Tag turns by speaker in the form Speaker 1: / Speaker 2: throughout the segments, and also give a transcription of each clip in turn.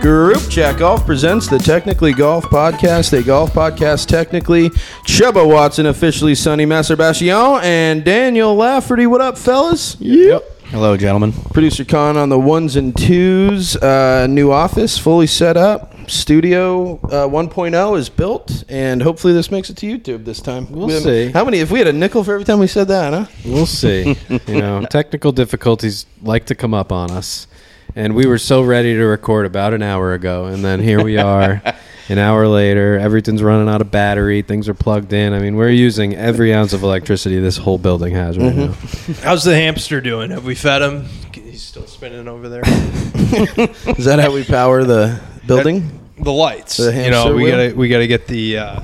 Speaker 1: Group Chat Golf presents the Technically Golf Podcast, a golf podcast technically. Chuba Watson, officially Sonny Masterbastion, and Daniel Lafferty. What up, fellas? Yep.
Speaker 2: Hello, gentlemen.
Speaker 1: Producer Con on the ones and twos. Uh, new office, fully set up. Studio uh, 1.0 is built, and hopefully this makes it to YouTube this time.
Speaker 2: We'll
Speaker 1: We-
Speaker 2: see.
Speaker 1: How many? If we had a nickel for every time we said that, huh?
Speaker 2: We'll see. you know, technical difficulties like to come up on us, and we were so ready to record about an hour ago, and then here we are, an hour later. Everything's running out of battery. Things are plugged in. I mean, we're using every ounce of electricity this whole building has right
Speaker 3: How's the hamster doing? Have we fed him? He's still spinning over there.
Speaker 1: Is that how we power the building?
Speaker 3: the lights.
Speaker 1: The
Speaker 3: you know,
Speaker 1: hamster
Speaker 3: we
Speaker 1: wheel?
Speaker 3: gotta we gotta get the. Uh,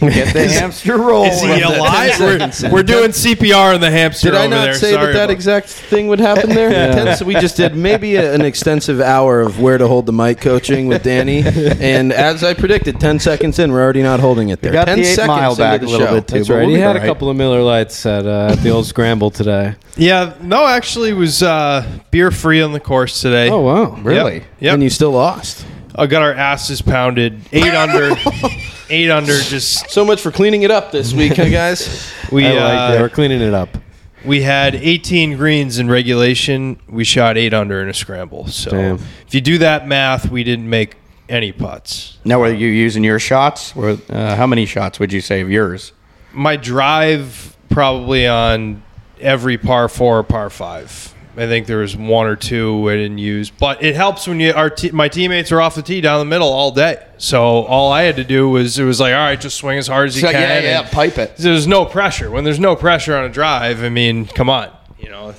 Speaker 2: now.
Speaker 1: Get the hamster rolling.
Speaker 3: is he alive? we're, we're doing CPR on the hamster.
Speaker 1: Did I
Speaker 3: over
Speaker 1: not
Speaker 3: there.
Speaker 1: say
Speaker 3: Sorry
Speaker 1: that that
Speaker 3: about-
Speaker 1: exact thing would happen there?
Speaker 2: Yeah.
Speaker 1: Intense. We just did maybe a- an extensive hour of where to hold the mic coaching with Danny, and as I predicted, ten seconds in, we're already not holding it there.
Speaker 4: got
Speaker 1: ten
Speaker 4: the eight
Speaker 1: seconds
Speaker 4: mile
Speaker 1: into
Speaker 4: back
Speaker 1: the
Speaker 4: a little
Speaker 1: show.
Speaker 4: bit, too,
Speaker 1: That's
Speaker 4: but
Speaker 1: right.
Speaker 4: we'll
Speaker 2: He
Speaker 4: be
Speaker 2: had
Speaker 4: all
Speaker 2: a
Speaker 4: right.
Speaker 2: couple of Miller Lights at, uh, at the old scramble today.
Speaker 3: Yeah. No, actually, it was uh, beer free on the course today.
Speaker 2: Oh wow,
Speaker 3: Yep,
Speaker 4: really?
Speaker 3: Yep.
Speaker 1: And you still lost.
Speaker 3: I got our asses pounded. Eight under. eight under. Just
Speaker 1: So much for cleaning it up this week, huh, guys.
Speaker 3: we
Speaker 2: I like that.
Speaker 3: uh,
Speaker 2: We're cleaning it up.
Speaker 3: we had 18 greens in regulation. We shot eight under in a scramble. So
Speaker 2: Damn.
Speaker 3: if you do that math, we didn't make any putts.
Speaker 4: Now, were you using your shots? Were, uh, how many shots would you say of yours?
Speaker 3: my drive probably on every par four or par five. I think there was one or two I didn't use, but it helps when you our te- my teammates are off the tee down the middle all day. So all I had to do was it was like all right, just swing as hard as you
Speaker 4: So,
Speaker 3: can.
Speaker 4: yeah, yeah,
Speaker 3: and
Speaker 4: pipe it.
Speaker 3: There's no pressure. When there's no pressure on a drive, I mean, come on, you know,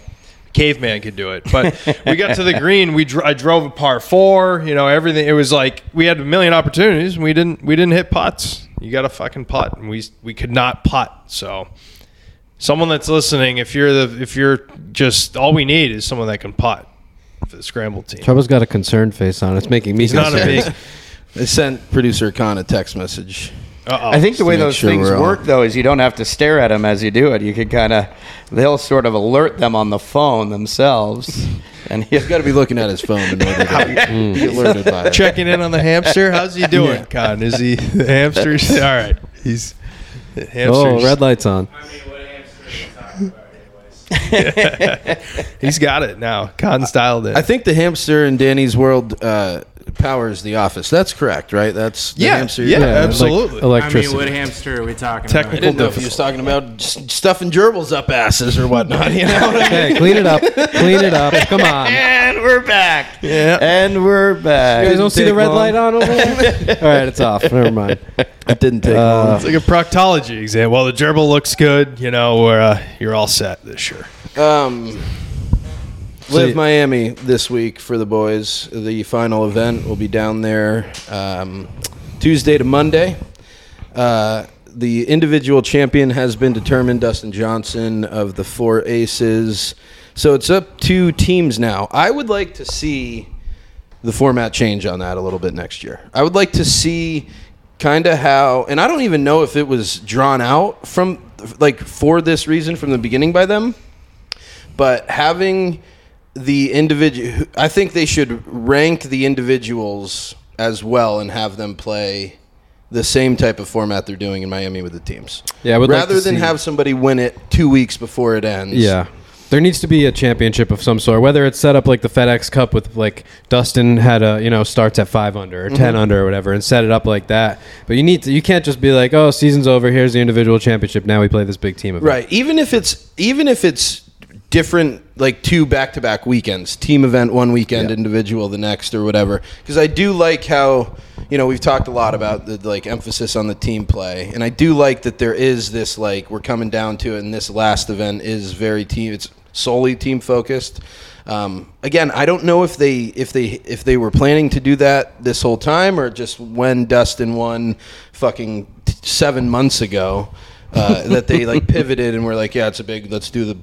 Speaker 3: caveman could do it. But we got to the green. We dr- I drove a par four. You know, everything. It was like we had a million opportunities. And we didn't. We didn't hit putts. You got to fucking putt, and we we could not putt. So someone that's listening, if you're the if you're just all we need is someone that can putt for the scramble team.
Speaker 2: Trouble's got a concerned face on. It's making me
Speaker 3: It's not a
Speaker 2: concerned.
Speaker 3: big.
Speaker 1: I sent producer Khan a text message.
Speaker 3: Uh-oh.
Speaker 4: I think the way
Speaker 1: make
Speaker 4: those
Speaker 1: sure
Speaker 4: things
Speaker 1: we're on.
Speaker 4: work, though, is you don't have to stare at them as you do it. You could kind of, they'll sort of alert them on the phone themselves. And he's
Speaker 1: Got to be looking at his phone in order
Speaker 4: Mm.
Speaker 1: to be alerted by it.
Speaker 3: checking in on the hamster. How's he doing, Con? Is he the hamster's all right? He's the
Speaker 2: Oh,
Speaker 3: hamster's,
Speaker 2: red light's on.
Speaker 3: He's got it now. Con's dialed it.
Speaker 1: I think the hamster in Danny's world uh, powers the office. That's correct, right? That's the
Speaker 3: Yeah,
Speaker 1: hamster.
Speaker 3: yeah.
Speaker 2: like
Speaker 3: absolutely.
Speaker 2: electricity.
Speaker 5: I mean, what hamster are we talking
Speaker 1: I
Speaker 3: Technical-
Speaker 1: didn't know if he was talking about s- stuffing gerbils up asses or whatnot. You know what I mean?
Speaker 2: Hey, clean it up. Clean it up. Come on. You
Speaker 4: and we're back.
Speaker 3: Yeah.
Speaker 4: And we're back.
Speaker 2: guys don't see the red light on over there? All right, it's off. Never mind.
Speaker 1: It didn't take
Speaker 3: it's like a proctology exam. Well, the gerbil looks good. You know, we're, uh, you're all set this year.
Speaker 1: long. Um, Live
Speaker 2: you-
Speaker 1: Miami this week for the boys. The final event will be down there um, Tuesday to Monday. Uh, the individual champion has been determined, Dustin Johnson of the Four Aces. So it's up to teams now. I would like to see the format change on that a little bit next year. I would like to see kind of how, and I don't even know if it was drawn out from, like, for this reason from the beginning by them, but having the individual, I think they should rank the individuals as well and have them play the same type of format they're doing in Miami with the teams.
Speaker 2: Yeah, I would like
Speaker 1: rather
Speaker 2: to
Speaker 1: than
Speaker 2: see-
Speaker 1: have somebody win it two weeks before it ends.
Speaker 2: Yeah. There needs to be a championship of some sort, whether it's set up like the FedEx Cup with like Dustin had a you know starts at five under or
Speaker 1: Mm-hmm.
Speaker 2: 10 under or whatever, and set it up like that. But you need to you can't just be like, oh, season's over. Here's the individual championship. Now we play this big team event.
Speaker 1: Right. Even if it's even if it's different like two back-to-back weekends, team event one weekend, individual the next or whatever. Cuz I do like how, you know, we've talked a lot about the like emphasis on the team play and I do like that there is this like we're coming down to it and this last event is very team it's solely team focused. Um, again, I don't know if they if they if they were planning to do that this whole time or just when Dustin won fucking t- 7 months ago uh, that they like pivoted and were like, yeah, it's a big, let's do the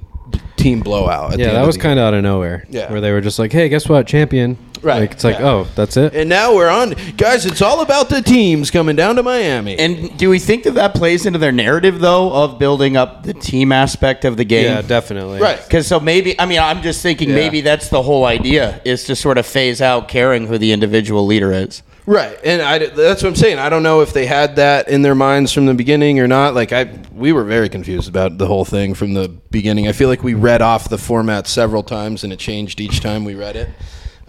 Speaker 1: team blowout. at the
Speaker 2: Yeah,
Speaker 1: end
Speaker 2: that
Speaker 1: of
Speaker 2: was
Speaker 1: the
Speaker 2: kind of out of nowhere.
Speaker 1: Yeah.
Speaker 2: Where they were just like, hey, guess what, champion?
Speaker 4: Right.
Speaker 2: Like it's like, oh, that's it.
Speaker 1: And now we're on, guys. It's all about the teams coming down to Miami.
Speaker 4: And do we think that that plays into their narrative though of building up the team aspect of the game?
Speaker 2: yeah, definitely.
Speaker 1: right.
Speaker 4: Because so maybe I mean I'm just thinking
Speaker 2: Yeah.
Speaker 4: maybe that's the whole idea is to sort of phase out caring who the individual leader is.
Speaker 1: Right, and I, that's what I'm saying. I don't know if they had that in their minds from the beginning or not. Like I, we were very confused about the whole thing from the beginning. I feel like we read off the format several times, and it changed each time we read it.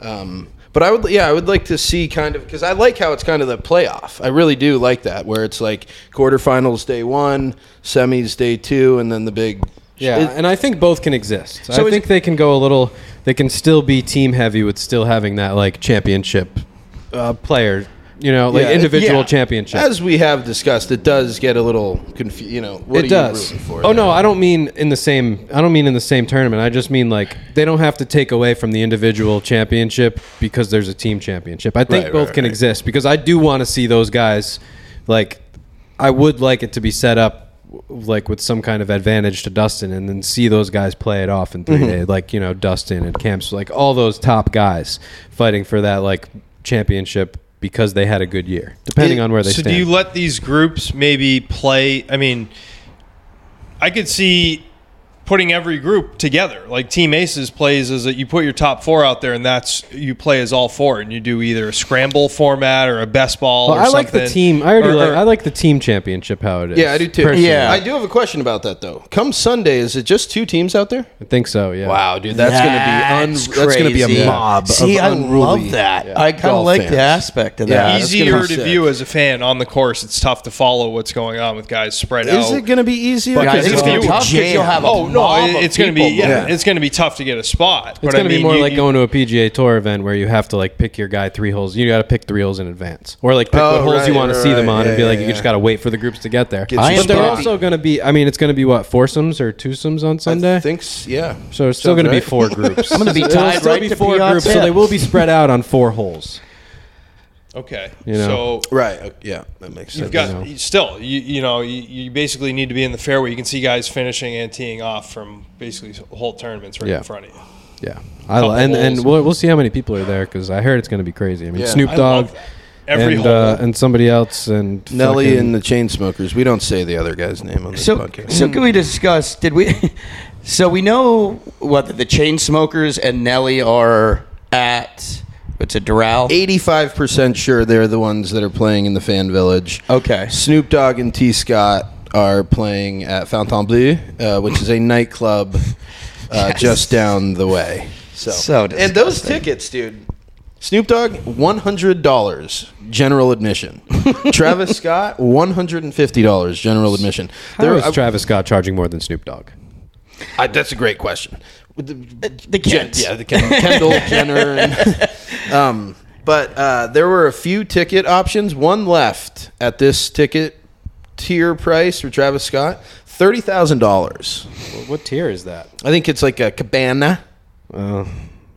Speaker 1: Um, but I would, yeah, I would like to see kind of because I like how it's kind of the playoff. I really do like that, where it's like quarterfinals day one, semis day two, and then the big.
Speaker 2: Yeah,
Speaker 1: It-
Speaker 2: and I think both can exist.
Speaker 1: So
Speaker 2: I
Speaker 1: is
Speaker 2: think
Speaker 1: it-
Speaker 2: they can go a little. They can still be team heavy with still having that like championship uh, player. You know, like
Speaker 1: Yeah,
Speaker 2: individual
Speaker 1: yeah.
Speaker 2: championship.
Speaker 1: as we have discussed, it does get a little confused. You know, what are
Speaker 2: it
Speaker 1: you
Speaker 2: does.
Speaker 1: rooting for there?
Speaker 2: oh no, I don't mean in the same. I don't mean in the same tournament. I just mean like they don't have to take away from the individual championship because there's a team championship. I think
Speaker 1: Right,
Speaker 2: both
Speaker 1: right,
Speaker 2: can
Speaker 1: right.
Speaker 2: exist because I do want to see those guys. Like, I would like it to be set up w- like with some kind of advantage to Dustin, and then see those guys play it off in
Speaker 1: Mm-hmm.
Speaker 2: 3 days. Like you know, Dustin and Camps, like all those top guys fighting for that like championship because they had a good year, depending
Speaker 1: It-
Speaker 2: on where they
Speaker 3: so
Speaker 2: stand.
Speaker 3: do you let these groups maybe play i mean i could see putting every group together like team aces plays is that you put your top four out there and that's you play as all four and you do either a scramble format or a best ball
Speaker 2: Well,
Speaker 3: or
Speaker 2: Oh, I like the
Speaker 3: something.
Speaker 2: team. I already
Speaker 3: Or-
Speaker 2: like,
Speaker 3: or-
Speaker 2: I like the team championship how it is.
Speaker 1: Yeah, I do too.
Speaker 2: personally.
Speaker 4: Yeah.
Speaker 1: I do have a question about that though. Come Sunday, is it just two teams out there?
Speaker 2: I think so. Yeah.
Speaker 1: dude,
Speaker 4: That's crazy. See, I love that. I kind of
Speaker 1: Golf
Speaker 4: like
Speaker 1: fans.
Speaker 4: the aspect of
Speaker 1: Yeah,
Speaker 4: that.
Speaker 1: that's gonna
Speaker 3: easier
Speaker 1: be
Speaker 3: to
Speaker 1: sick.
Speaker 3: view as a fan on the course it's tough to follow what's going on with guys spread
Speaker 1: Is
Speaker 3: out
Speaker 1: it going to be easier?
Speaker 3: But
Speaker 4: Guys,
Speaker 3: Because
Speaker 4: it's
Speaker 3: if
Speaker 4: gonna
Speaker 3: you-
Speaker 4: be tough 'cause you'll have a
Speaker 3: oh no
Speaker 4: mob
Speaker 3: it-
Speaker 4: of
Speaker 3: it's going to be
Speaker 4: people
Speaker 3: yeah,
Speaker 1: Yeah.
Speaker 3: it's going to be tough to get a spot
Speaker 2: It's
Speaker 3: But I
Speaker 2: going to be
Speaker 3: mean,
Speaker 2: more
Speaker 3: you-
Speaker 2: like
Speaker 3: you-
Speaker 2: going to a PGA Tour event where you have to like pick your guy three holes. You got to pick three holes in advance, or like pick what
Speaker 1: Oh,
Speaker 2: holes you
Speaker 1: right,
Speaker 2: want to
Speaker 1: right,
Speaker 2: see them
Speaker 1: right.
Speaker 2: on,
Speaker 1: Yeah,
Speaker 2: and be like,
Speaker 1: yeah,
Speaker 2: you just
Speaker 1: yeah.
Speaker 2: got to wait for the groups to get there.
Speaker 1: Get I
Speaker 4: you am
Speaker 2: but they're
Speaker 4: spot.
Speaker 2: also going to be. I mean, it's going to be what foursomes or twosomes on Sunday.
Speaker 1: I think, s- yeah.
Speaker 2: so it's still
Speaker 1: Sounds
Speaker 2: going to
Speaker 1: right.
Speaker 2: be four groups.
Speaker 4: I'm gonna be
Speaker 2: It'll
Speaker 4: tied
Speaker 2: still
Speaker 4: right
Speaker 2: be
Speaker 4: to
Speaker 2: four
Speaker 4: Piazza.
Speaker 2: groups, so they will be spread out on four holes.
Speaker 3: okay
Speaker 2: You know.
Speaker 3: so
Speaker 1: Right. o- Yeah, that makes sense.
Speaker 3: You've got still, you, you know, you, you basically need to be in the fairway. You can see guys finishing and teeing off from basically whole tournaments right
Speaker 2: Yeah.
Speaker 3: in front of you.
Speaker 2: Yeah, I, li-
Speaker 3: Couple
Speaker 2: and and
Speaker 3: holes.
Speaker 2: we'll, we'll see how many people are there because I heard it's going to be crazy. I mean,
Speaker 1: Yeah.
Speaker 2: Snoop
Speaker 3: I
Speaker 2: Dogg,
Speaker 3: love that. Every
Speaker 2: and
Speaker 3: hole.
Speaker 2: uh, and somebody else, and
Speaker 1: Nelly
Speaker 2: fucking-
Speaker 1: and the Chainsmokers. We don't say the other guy's name on this
Speaker 4: So,
Speaker 1: podcast.
Speaker 4: so can we discuss? Did we? So we know what the chain smokers and Nelly are at. It's a Doral.
Speaker 1: 85% sure they're the ones that are playing in the fan village.
Speaker 4: Okay.
Speaker 1: Snoop Dogg and T. Scott are playing at Fontainebleau, uh, which is a nightclub uh, just down the way. So,
Speaker 4: So
Speaker 1: and those tickets, dude. Snoop Dogg, one hundred dollars general admission. Travis Scott, one hundred and fifty dollars general admission.
Speaker 2: How
Speaker 1: There-
Speaker 2: is
Speaker 1: I-
Speaker 2: Travis Scott charging more than Snoop Dogg?
Speaker 1: I- that's a great question. With the-
Speaker 4: The kids.
Speaker 1: yeah, the Ken- Kendall Jenner. And, um, but uh, there were a few ticket options. One left at this ticket tier price for Travis Scott, thirty thousand dollars.
Speaker 2: What tier is that?
Speaker 1: I think it's like a cabana.
Speaker 2: Uh,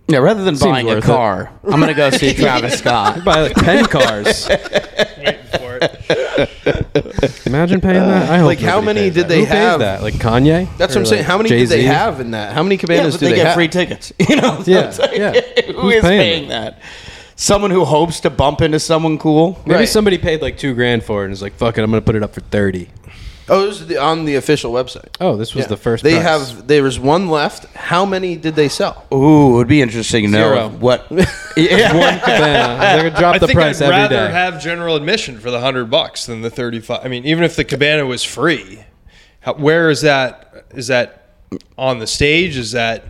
Speaker 4: Yeah, rather than buying a
Speaker 2: worth it.
Speaker 4: car, I'm gonna go see Travis Scott.
Speaker 2: Buy like ten cars.
Speaker 3: Waiting for it.
Speaker 2: Imagine paying that. I hope
Speaker 1: Like, how
Speaker 2: nobody
Speaker 1: many
Speaker 2: pays
Speaker 1: did
Speaker 2: that.
Speaker 1: they
Speaker 2: Who pays
Speaker 1: have?
Speaker 2: that? Like Kanye?
Speaker 1: That's
Speaker 2: Or,
Speaker 1: what I'm saying.
Speaker 2: like,
Speaker 1: How many
Speaker 2: Jay-Z?
Speaker 1: do they have in that? How many
Speaker 4: Yeah,
Speaker 1: cabanas
Speaker 4: but
Speaker 1: do
Speaker 4: they,
Speaker 1: they,
Speaker 4: get
Speaker 1: have?
Speaker 4: free tickets. You know,
Speaker 2: Yeah,
Speaker 4: So it's like,
Speaker 2: yeah.
Speaker 4: who
Speaker 2: Who's
Speaker 4: is
Speaker 2: paying
Speaker 4: paying that? Someone who hopes to bump into someone cool.
Speaker 2: Maybe
Speaker 1: Right.
Speaker 2: somebody paid like two grand for it and is like, "Fuck it, I'm gonna put it up for 30.
Speaker 1: Oh, it was the, on the official website.
Speaker 2: Oh, this was
Speaker 1: Yeah.
Speaker 2: the first.
Speaker 1: They
Speaker 2: price.
Speaker 1: have. There was one left. How many did they sell?
Speaker 4: Ooh, it would be interesting to know
Speaker 2: Zero.
Speaker 4: what. Yeah.
Speaker 2: one cabana. They're gonna drop
Speaker 3: I
Speaker 2: the
Speaker 3: think I'd
Speaker 2: price every
Speaker 3: rather
Speaker 2: day.
Speaker 3: have general admission for the hundred bucks than the thirty-five. I mean, even if the cabana was free, how, where is that? Is that on the stage? Is that?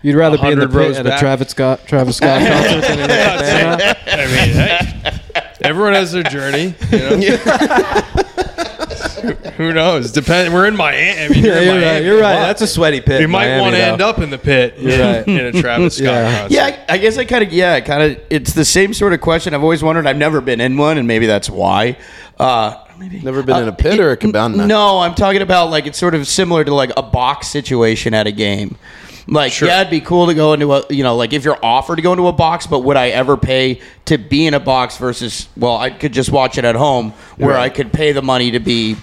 Speaker 2: You'd rather be in the
Speaker 3: 100
Speaker 2: pit
Speaker 3: rows
Speaker 2: at a
Speaker 3: back.
Speaker 2: Travis Scott Travis Scott concert than in a cabana.
Speaker 3: I mean, hey, everyone has their journey. You know? Who knows? Depend. We're in Miami. I mean, you're
Speaker 2: Yeah,
Speaker 3: in
Speaker 2: you're right.
Speaker 3: Miami.
Speaker 2: You're right. That's a sweaty pit.
Speaker 3: You
Speaker 2: in
Speaker 3: might
Speaker 2: Miami,
Speaker 3: want to
Speaker 2: though.
Speaker 3: end up in the pit in,
Speaker 2: right.
Speaker 3: in a Travis Scott
Speaker 2: Yeah.
Speaker 3: concert.
Speaker 4: Yeah, I, I guess I kind of yeah, kind of. It's the same sort of question I've always wondered. I've never been in one, and maybe that's why. Uh, maybe
Speaker 1: Never been in a pit or a cabana?
Speaker 4: No, I'm talking about like it's sort of similar to like a box situation at a game. Like yeah, it'd be cool to go into a you know like if you're offered to go into a box, but would I ever pay to be in a box versus well, I could just watch it at home where I could pay the money to be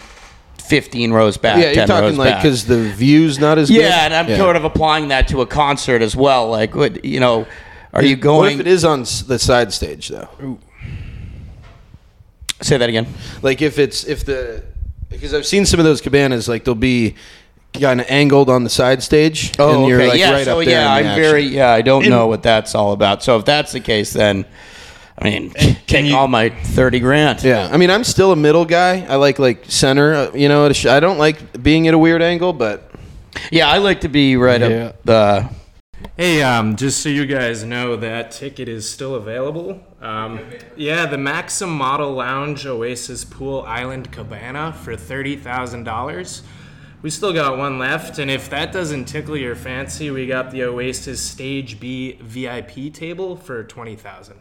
Speaker 4: 15 rows back.
Speaker 1: Yeah, you're
Speaker 4: 10
Speaker 1: talking
Speaker 4: rows
Speaker 1: like
Speaker 4: back.
Speaker 1: because the view's not as good.
Speaker 4: Yeah, and I'm sort of applying that to a concert as well. Like, what you know, Are you going?
Speaker 1: What if it is on s- the side stage though?
Speaker 4: Say that again.
Speaker 1: Like if it's if the because I've seen some of those cabanas like they'll be kind of angled on the side stage.
Speaker 4: Oh,
Speaker 3: Oh,
Speaker 1: and you're like
Speaker 4: yeah,
Speaker 1: right
Speaker 4: so
Speaker 1: up there.
Speaker 4: yeah,
Speaker 1: in
Speaker 4: I'm
Speaker 1: the action.
Speaker 4: very yeah. I don't know what that's all about. So if that's the case, then I mean, take
Speaker 3: you-
Speaker 4: all my thirty grand.
Speaker 1: Yeah, I mean, I'm still a middle guy. I like like center. uh, You know, at a sh- I don't like being at a weird angle, but
Speaker 4: Yeah, I like to be right
Speaker 2: Yeah.
Speaker 4: up the.
Speaker 5: Hey, um, just so you guys know, that ticket is still available. Um, yeah, the Maxim Model Lounge Oasis Pool Island Cabana for $30,000. We still got one left, and if that doesn't tickle your fancy, we got the Oasis Stage B VIP table for 20000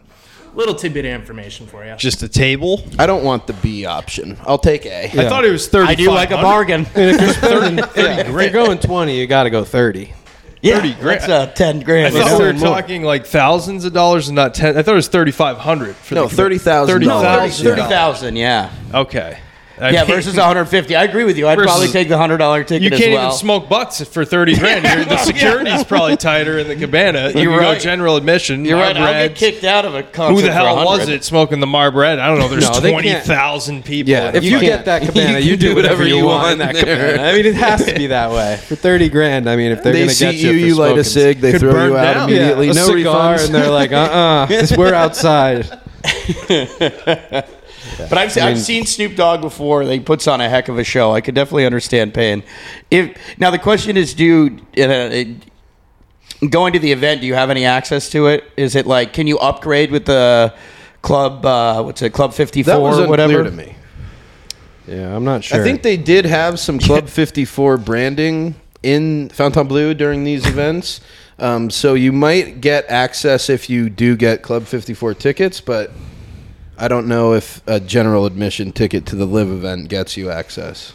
Speaker 5: Little tidbit of information for you.
Speaker 3: Just a table.
Speaker 1: I don't want the B option. I'll take A.
Speaker 3: I thought it was thirty.
Speaker 4: I do like a bargain.
Speaker 2: And if you're spending 30, if you're going 20, you got to go 30.
Speaker 4: yeah, that's uh, ten grand.
Speaker 3: I
Speaker 4: you know?
Speaker 3: thought we were
Speaker 2: more.
Speaker 3: talking like thousands of dollars and not ten. I thought it was thirty five hundred.
Speaker 1: No, $30,000.
Speaker 3: Thirty
Speaker 1: No,
Speaker 3: thousand.
Speaker 4: Thirty thousand, yeah,
Speaker 3: Okay. I
Speaker 4: yeah.
Speaker 3: mean,
Speaker 4: Versus one hundred fifty, I agree with you. I'd
Speaker 3: Versus-
Speaker 4: probably take the hundred dollar ticket
Speaker 3: You
Speaker 4: as
Speaker 3: can't
Speaker 4: well.
Speaker 3: even smoke butts for thirty grand. You're- the security's probably tighter in the cabana. If
Speaker 4: You're
Speaker 3: you go
Speaker 4: right.
Speaker 3: general admission.
Speaker 4: You're right. I'll get
Speaker 3: Marlboros,
Speaker 4: kicked out of a concert.
Speaker 3: Who the hell
Speaker 4: for 100.
Speaker 3: was it smoking the Marb Red? I don't know. There's
Speaker 2: No, they can't.
Speaker 3: twenty thousand people.
Speaker 1: Yeah,
Speaker 3: in
Speaker 1: if
Speaker 3: the
Speaker 2: If you
Speaker 3: fucking-
Speaker 2: get that cabana,
Speaker 1: You
Speaker 2: you,
Speaker 1: can
Speaker 2: do whatever you want in that
Speaker 1: there.
Speaker 2: cabana. I mean, it has to be that way. For 30 grand, I mean, if they're
Speaker 1: they
Speaker 2: going to
Speaker 1: see
Speaker 2: get
Speaker 1: you,
Speaker 2: you,
Speaker 1: you,
Speaker 2: for
Speaker 1: light a
Speaker 2: smoking-
Speaker 1: cig, they
Speaker 3: Could
Speaker 1: throw
Speaker 3: burn
Speaker 1: you out
Speaker 3: down.
Speaker 2: Yeah,
Speaker 1: immediately.
Speaker 2: a
Speaker 1: no
Speaker 2: cigar,
Speaker 1: refunds.
Speaker 2: and they're like, uh-uh, this- we're outside.
Speaker 4: But I've, se- I've seen Snoop Dogg before. They puts on a heck of a show. I could definitely understand paying. If now the question is, do you, uh, uh, going to the event? Do you have any access to it? Is it like can you upgrade with the club? Uh, what's it? Club fifty
Speaker 1: that
Speaker 4: four
Speaker 1: was
Speaker 4: or whatever.
Speaker 1: unclear to me.
Speaker 2: Yeah, I'm not sure.
Speaker 1: I think they did have some Club 54 branding in Fontainebleau during these events. Um, so you might get access if you do get Club 54 tickets, but I don't know if a general admission ticket to the live event gets you access.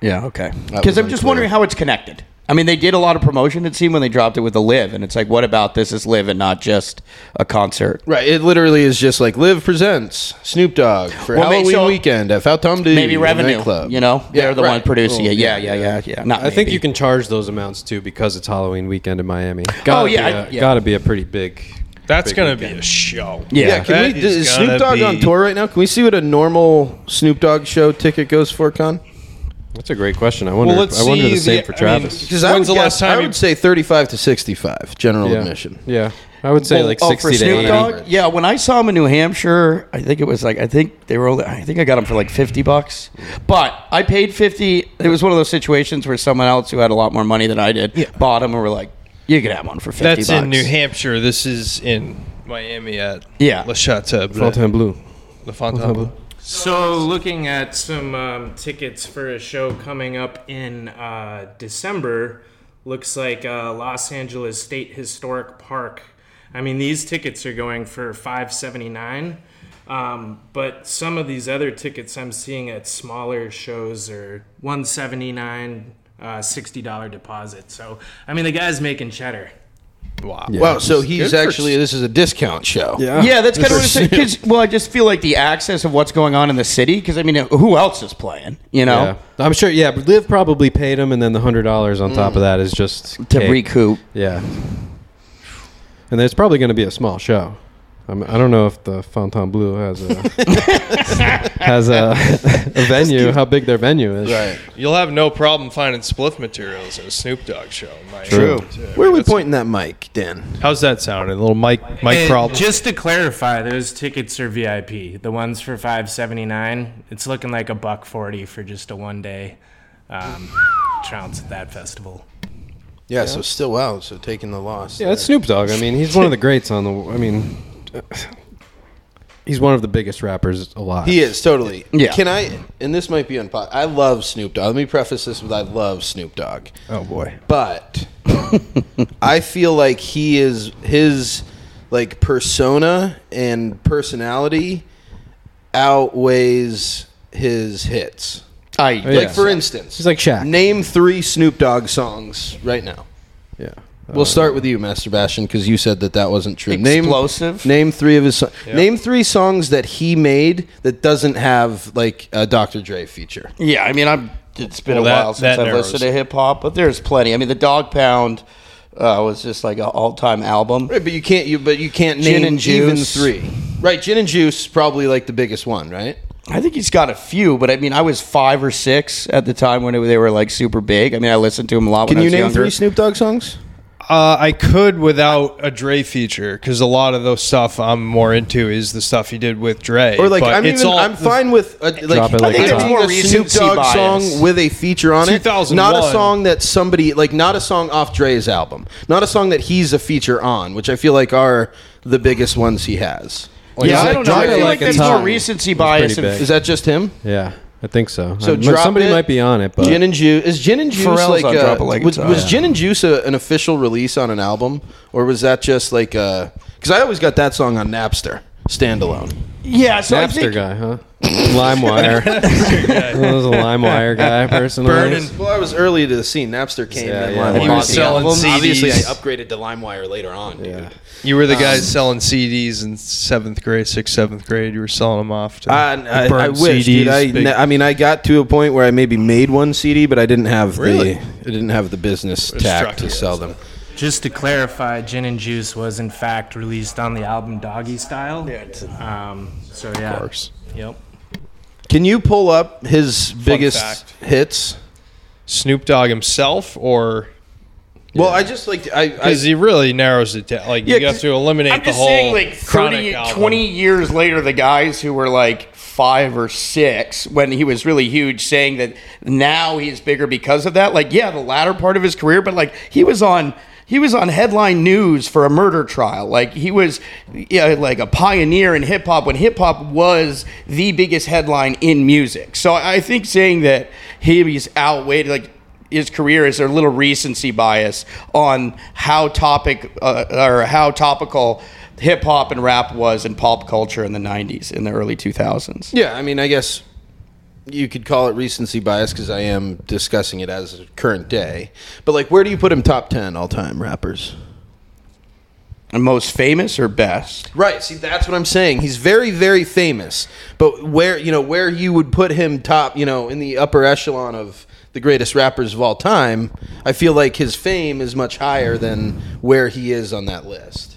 Speaker 4: Yeah. Okay.
Speaker 1: That
Speaker 4: Because
Speaker 1: was
Speaker 4: I'm just
Speaker 1: unclear.
Speaker 4: wondering how it's connected. I mean, they did a lot of promotion. It seemed when they dropped it with the live, and it's like, what about this is live and not just a concert?
Speaker 1: Right. It literally is just like Live presents Snoop Dogg for
Speaker 4: Well, may-
Speaker 1: Halloween
Speaker 4: so-
Speaker 1: weekend at Fontainebleau
Speaker 4: Maybe revenue.
Speaker 1: nightclub.
Speaker 4: You know,
Speaker 1: Yeah,
Speaker 4: they're the one
Speaker 1: right.
Speaker 4: producing
Speaker 1: Well,
Speaker 4: it. Yeah, yeah, yeah, yeah. Not
Speaker 2: I think
Speaker 4: maybe.
Speaker 2: you can charge those amounts too because it's Halloween weekend in Miami.
Speaker 4: Oh,
Speaker 2: Gotta be
Speaker 4: yeah,
Speaker 2: a-
Speaker 4: I- yeah.
Speaker 2: gotta be a pretty big.
Speaker 3: That's gonna be
Speaker 2: weekend.
Speaker 3: a show.
Speaker 1: Yeah,
Speaker 4: Yeah.
Speaker 1: can we,
Speaker 3: That is
Speaker 1: is
Speaker 3: gonna
Speaker 1: Snoop Dogg on
Speaker 3: be-
Speaker 1: tour right now? Can we see what a normal Snoop Dogg show ticket goes for, Con?
Speaker 2: That's a great question. I wonder.
Speaker 3: Well,
Speaker 2: if-
Speaker 3: let's
Speaker 2: I wonder
Speaker 3: see
Speaker 2: the same
Speaker 3: the-
Speaker 2: for
Speaker 3: I mean,
Speaker 2: Travis.
Speaker 1: Because I would,
Speaker 3: When's the last
Speaker 1: guess-
Speaker 3: time
Speaker 1: I
Speaker 3: you-
Speaker 1: would say 35 to 65 general
Speaker 2: yeah.
Speaker 1: admission.
Speaker 2: Yeah, I would say
Speaker 4: Well,
Speaker 2: like
Speaker 4: oh,
Speaker 2: sixty
Speaker 4: for
Speaker 2: to
Speaker 4: Snoop
Speaker 2: eighty.
Speaker 4: Dogg? Yeah, when I saw him in New Hampshire, I think it was like I think they were only I think I got him for like fifty bucks. But I paid fifty. It was one of those situations where someone else who had a lot more money than I did bought him and were like, "You could have one for fifty
Speaker 3: That's
Speaker 4: bucks."
Speaker 3: in New Hampshire. This is in Miami at
Speaker 4: Yeah.
Speaker 3: La Chateau.
Speaker 2: Fontainebleau.
Speaker 3: La Fontainebleau.
Speaker 5: So, looking at some um, tickets for a show coming up in uh, December, looks like uh, Los Angeles State Historic Park. I mean, these tickets are going for five seventy nine, um, but some of these other tickets I'm seeing at smaller shows are one seventy nine, uh, sixty dollar deposit. So, I mean, the guy's making cheddar.
Speaker 3: Wow.
Speaker 1: Wow, so he's
Speaker 3: Good for
Speaker 1: actually, this is a discount show.
Speaker 4: Yeah, that's kind of what I said. Because well, I just feel like the access of what's going on in the city. Because I mean, who else is playing? You know,
Speaker 2: Yeah. I'm sure. Yeah, but Liv probably paid him, and then the hundred dollars on top of that is just
Speaker 4: to
Speaker 2: cake.
Speaker 4: recoup.
Speaker 2: Yeah, and there's probably going to be a small show. I'm, I don't know if the Fontainebleau has a has a, a venue. How big their venue is?
Speaker 1: Right.
Speaker 3: You'll have no problem finding spliff materials at a Snoop Dogg show. in Miami.
Speaker 2: True.
Speaker 3: Too.
Speaker 1: Where are we pointing that mic, Dan?
Speaker 3: How's that sounding? A little mic mic
Speaker 5: And
Speaker 3: problem.
Speaker 5: Just to clarify, those tickets are VIP. The ones for five seventy nine, it's looking like a buck forty for just a one day um, trounce at that festival.
Speaker 1: Yeah, so still wow, so taking the loss.
Speaker 2: Yeah, it's Snoop Dogg. I mean, he's one of the greats on the. I mean, he's one of the biggest rappers alive.
Speaker 1: He is totally.
Speaker 4: Yeah.
Speaker 1: Can I? And this might be unpopular. I love Snoop Dogg. Let me preface this with I love Snoop Dogg,
Speaker 2: Oh boy.
Speaker 1: but I feel like he is his like persona and personality outweighs his hits.
Speaker 4: I
Speaker 1: Like for instance,
Speaker 2: He's like
Speaker 4: "Ah."
Speaker 2: Shaq.
Speaker 1: Name three Snoop Dogg songs right now.
Speaker 2: Yeah.
Speaker 1: We'll start with you, Master Bastion, because you said that that wasn't true. Name-
Speaker 4: Explosive?
Speaker 1: Name, three of his. So- Name three songs that he made that doesn't have like a Dr. Dre feature.
Speaker 4: Yeah, I mean, I'm. It's been
Speaker 3: Well,
Speaker 4: a
Speaker 3: that-
Speaker 4: while since
Speaker 3: that
Speaker 4: I've
Speaker 3: narrows
Speaker 4: listened to hip hop, but there's plenty. I mean, the Dog Pound, uh, was just like an all-time album.
Speaker 1: Right, but you can't. You but you can't
Speaker 4: Gin
Speaker 1: name
Speaker 4: and
Speaker 1: even
Speaker 4: juice.
Speaker 1: three. Right, gin and juice probably like the biggest one, right?
Speaker 4: I think he's got a few, but I mean, I was five or six at the time when it- they were like super big. I mean, I listened to him a lot.
Speaker 1: Can
Speaker 4: when
Speaker 1: you
Speaker 4: I was
Speaker 1: name
Speaker 4: younger.
Speaker 1: three Snoop Dogg songs?
Speaker 3: Uh, I could without a Dre feature because a lot of those stuff I'm more into is the stuff he did with Dre.
Speaker 1: Or like
Speaker 3: but
Speaker 1: I'm
Speaker 3: it's
Speaker 1: even
Speaker 3: all-
Speaker 1: I'm fine with uh, like,
Speaker 2: Drop It Like
Speaker 1: I think it's
Speaker 2: Hot.
Speaker 1: more
Speaker 4: The
Speaker 1: Snoop
Speaker 4: recency
Speaker 1: Dogg
Speaker 4: bias.
Speaker 1: song with a feature on it, not a
Speaker 3: 2001.
Speaker 1: song that somebody like not a song off Dre's album, not a song that he's a feature on, which I feel like are the biggest ones he has.
Speaker 4: yeah,
Speaker 2: Is
Speaker 4: I
Speaker 2: it
Speaker 4: don't know.
Speaker 2: Drop
Speaker 4: I
Speaker 2: It
Speaker 4: feel like
Speaker 2: Like
Speaker 4: there's
Speaker 2: It's
Speaker 4: more
Speaker 2: Hot?
Speaker 4: recency
Speaker 2: It's pretty
Speaker 4: bias. in-
Speaker 2: big.
Speaker 1: Is that just him?
Speaker 2: Yeah, I think so.
Speaker 1: So
Speaker 2: I-
Speaker 1: Drop
Speaker 2: somebody
Speaker 1: It-
Speaker 2: might be on it, but
Speaker 1: Gin and Juice is Gin and Juice
Speaker 4: Pharrell's
Speaker 1: like
Speaker 4: on
Speaker 1: uh,
Speaker 4: Drop It Like
Speaker 1: was,
Speaker 4: It's Hot.
Speaker 1: was Gin and Juice a, an official release on an album or was that just like uh because I always got that song on Napster standalone.
Speaker 4: Yeah, so I
Speaker 2: Napster
Speaker 4: think
Speaker 2: guy, huh? LimeWire. I was a LimeWire guy personally.
Speaker 3: Burning.
Speaker 1: Well, I was early to the scene. Napster came.
Speaker 2: Yeah,
Speaker 1: and
Speaker 2: yeah.
Speaker 1: LimeWire
Speaker 2: He was
Speaker 1: came.
Speaker 3: selling CDs.
Speaker 1: Obviously, I upgraded to LimeWire later on. Dude.
Speaker 2: Yeah.
Speaker 3: you were the
Speaker 1: Um,
Speaker 3: guys selling CDs in seventh grade, sixth, seventh grade. You were selling them off to
Speaker 1: I, I,
Speaker 3: burnt
Speaker 1: I wish, dude. I,
Speaker 3: big-
Speaker 1: I mean, I got to a point where I maybe made one CD, but I didn't have
Speaker 3: Really?
Speaker 1: the I didn't have the business tact to
Speaker 3: structure,
Speaker 1: sell them.
Speaker 5: Just to clarify, Gin and Juice was in fact released on the album Doggy Style. Yeah. Um, so yeah. Of
Speaker 3: course.
Speaker 5: Yep.
Speaker 1: Can you pull up his biggest
Speaker 3: fact.
Speaker 1: hits?
Speaker 3: Snoop Dogg himself, or
Speaker 1: Well, I just like I, I
Speaker 3: because he really narrows it down. Like you
Speaker 4: Yeah, 'cause
Speaker 3: have to eliminate
Speaker 4: I'm
Speaker 3: the
Speaker 4: just
Speaker 3: whole
Speaker 4: saying, like
Speaker 3: chronic
Speaker 4: 30,
Speaker 3: album.
Speaker 4: 20 years later, the guys who were like five or six when he was really huge, saying that now he's bigger because of that. Like, yeah, the latter part of his career, but like he was on. He was on headline news for a murder trial. Like he was, yeah, like a pioneer in hip hop when hip hop was the biggest headline in music. So I think saying that he's outweighed, like his career is their little recency bias on how topic uh, or how topical hip hop and rap was in pop culture in the 90s in the early 2000s.
Speaker 1: yeah. I mean, I guess you could call it recency bias because I am discussing it as of current day. But like, where do you put him top ten all time rappers?
Speaker 4: And most famous or best?
Speaker 1: Right. See, that's what I'm saying. He's very, very famous. But where you know where you would put him top, you know, in the upper echelon of the greatest rappers of all time, I feel like his fame is much higher than where he is on that list.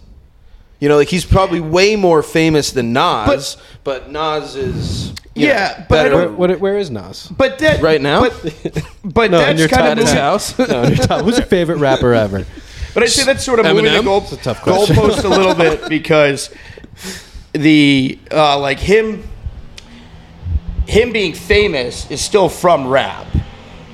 Speaker 1: You know, like he's probably way more famous than Nas, but, Nas is you know,
Speaker 4: Yeah, but I
Speaker 1: better-
Speaker 2: Where, what, where is Nas?
Speaker 4: But that
Speaker 1: right now.
Speaker 4: But, but
Speaker 2: No, in
Speaker 4: that's
Speaker 2: your
Speaker 4: kind
Speaker 2: top
Speaker 4: of
Speaker 2: ten.
Speaker 4: moving,
Speaker 2: No, your top- who's your favorite rapper ever?
Speaker 4: But I say that's sort of moving the
Speaker 1: Eminem?
Speaker 4: goal,
Speaker 2: It's a tough question.
Speaker 4: goalpost a little bit because the uh, like him him being famous is still from rap.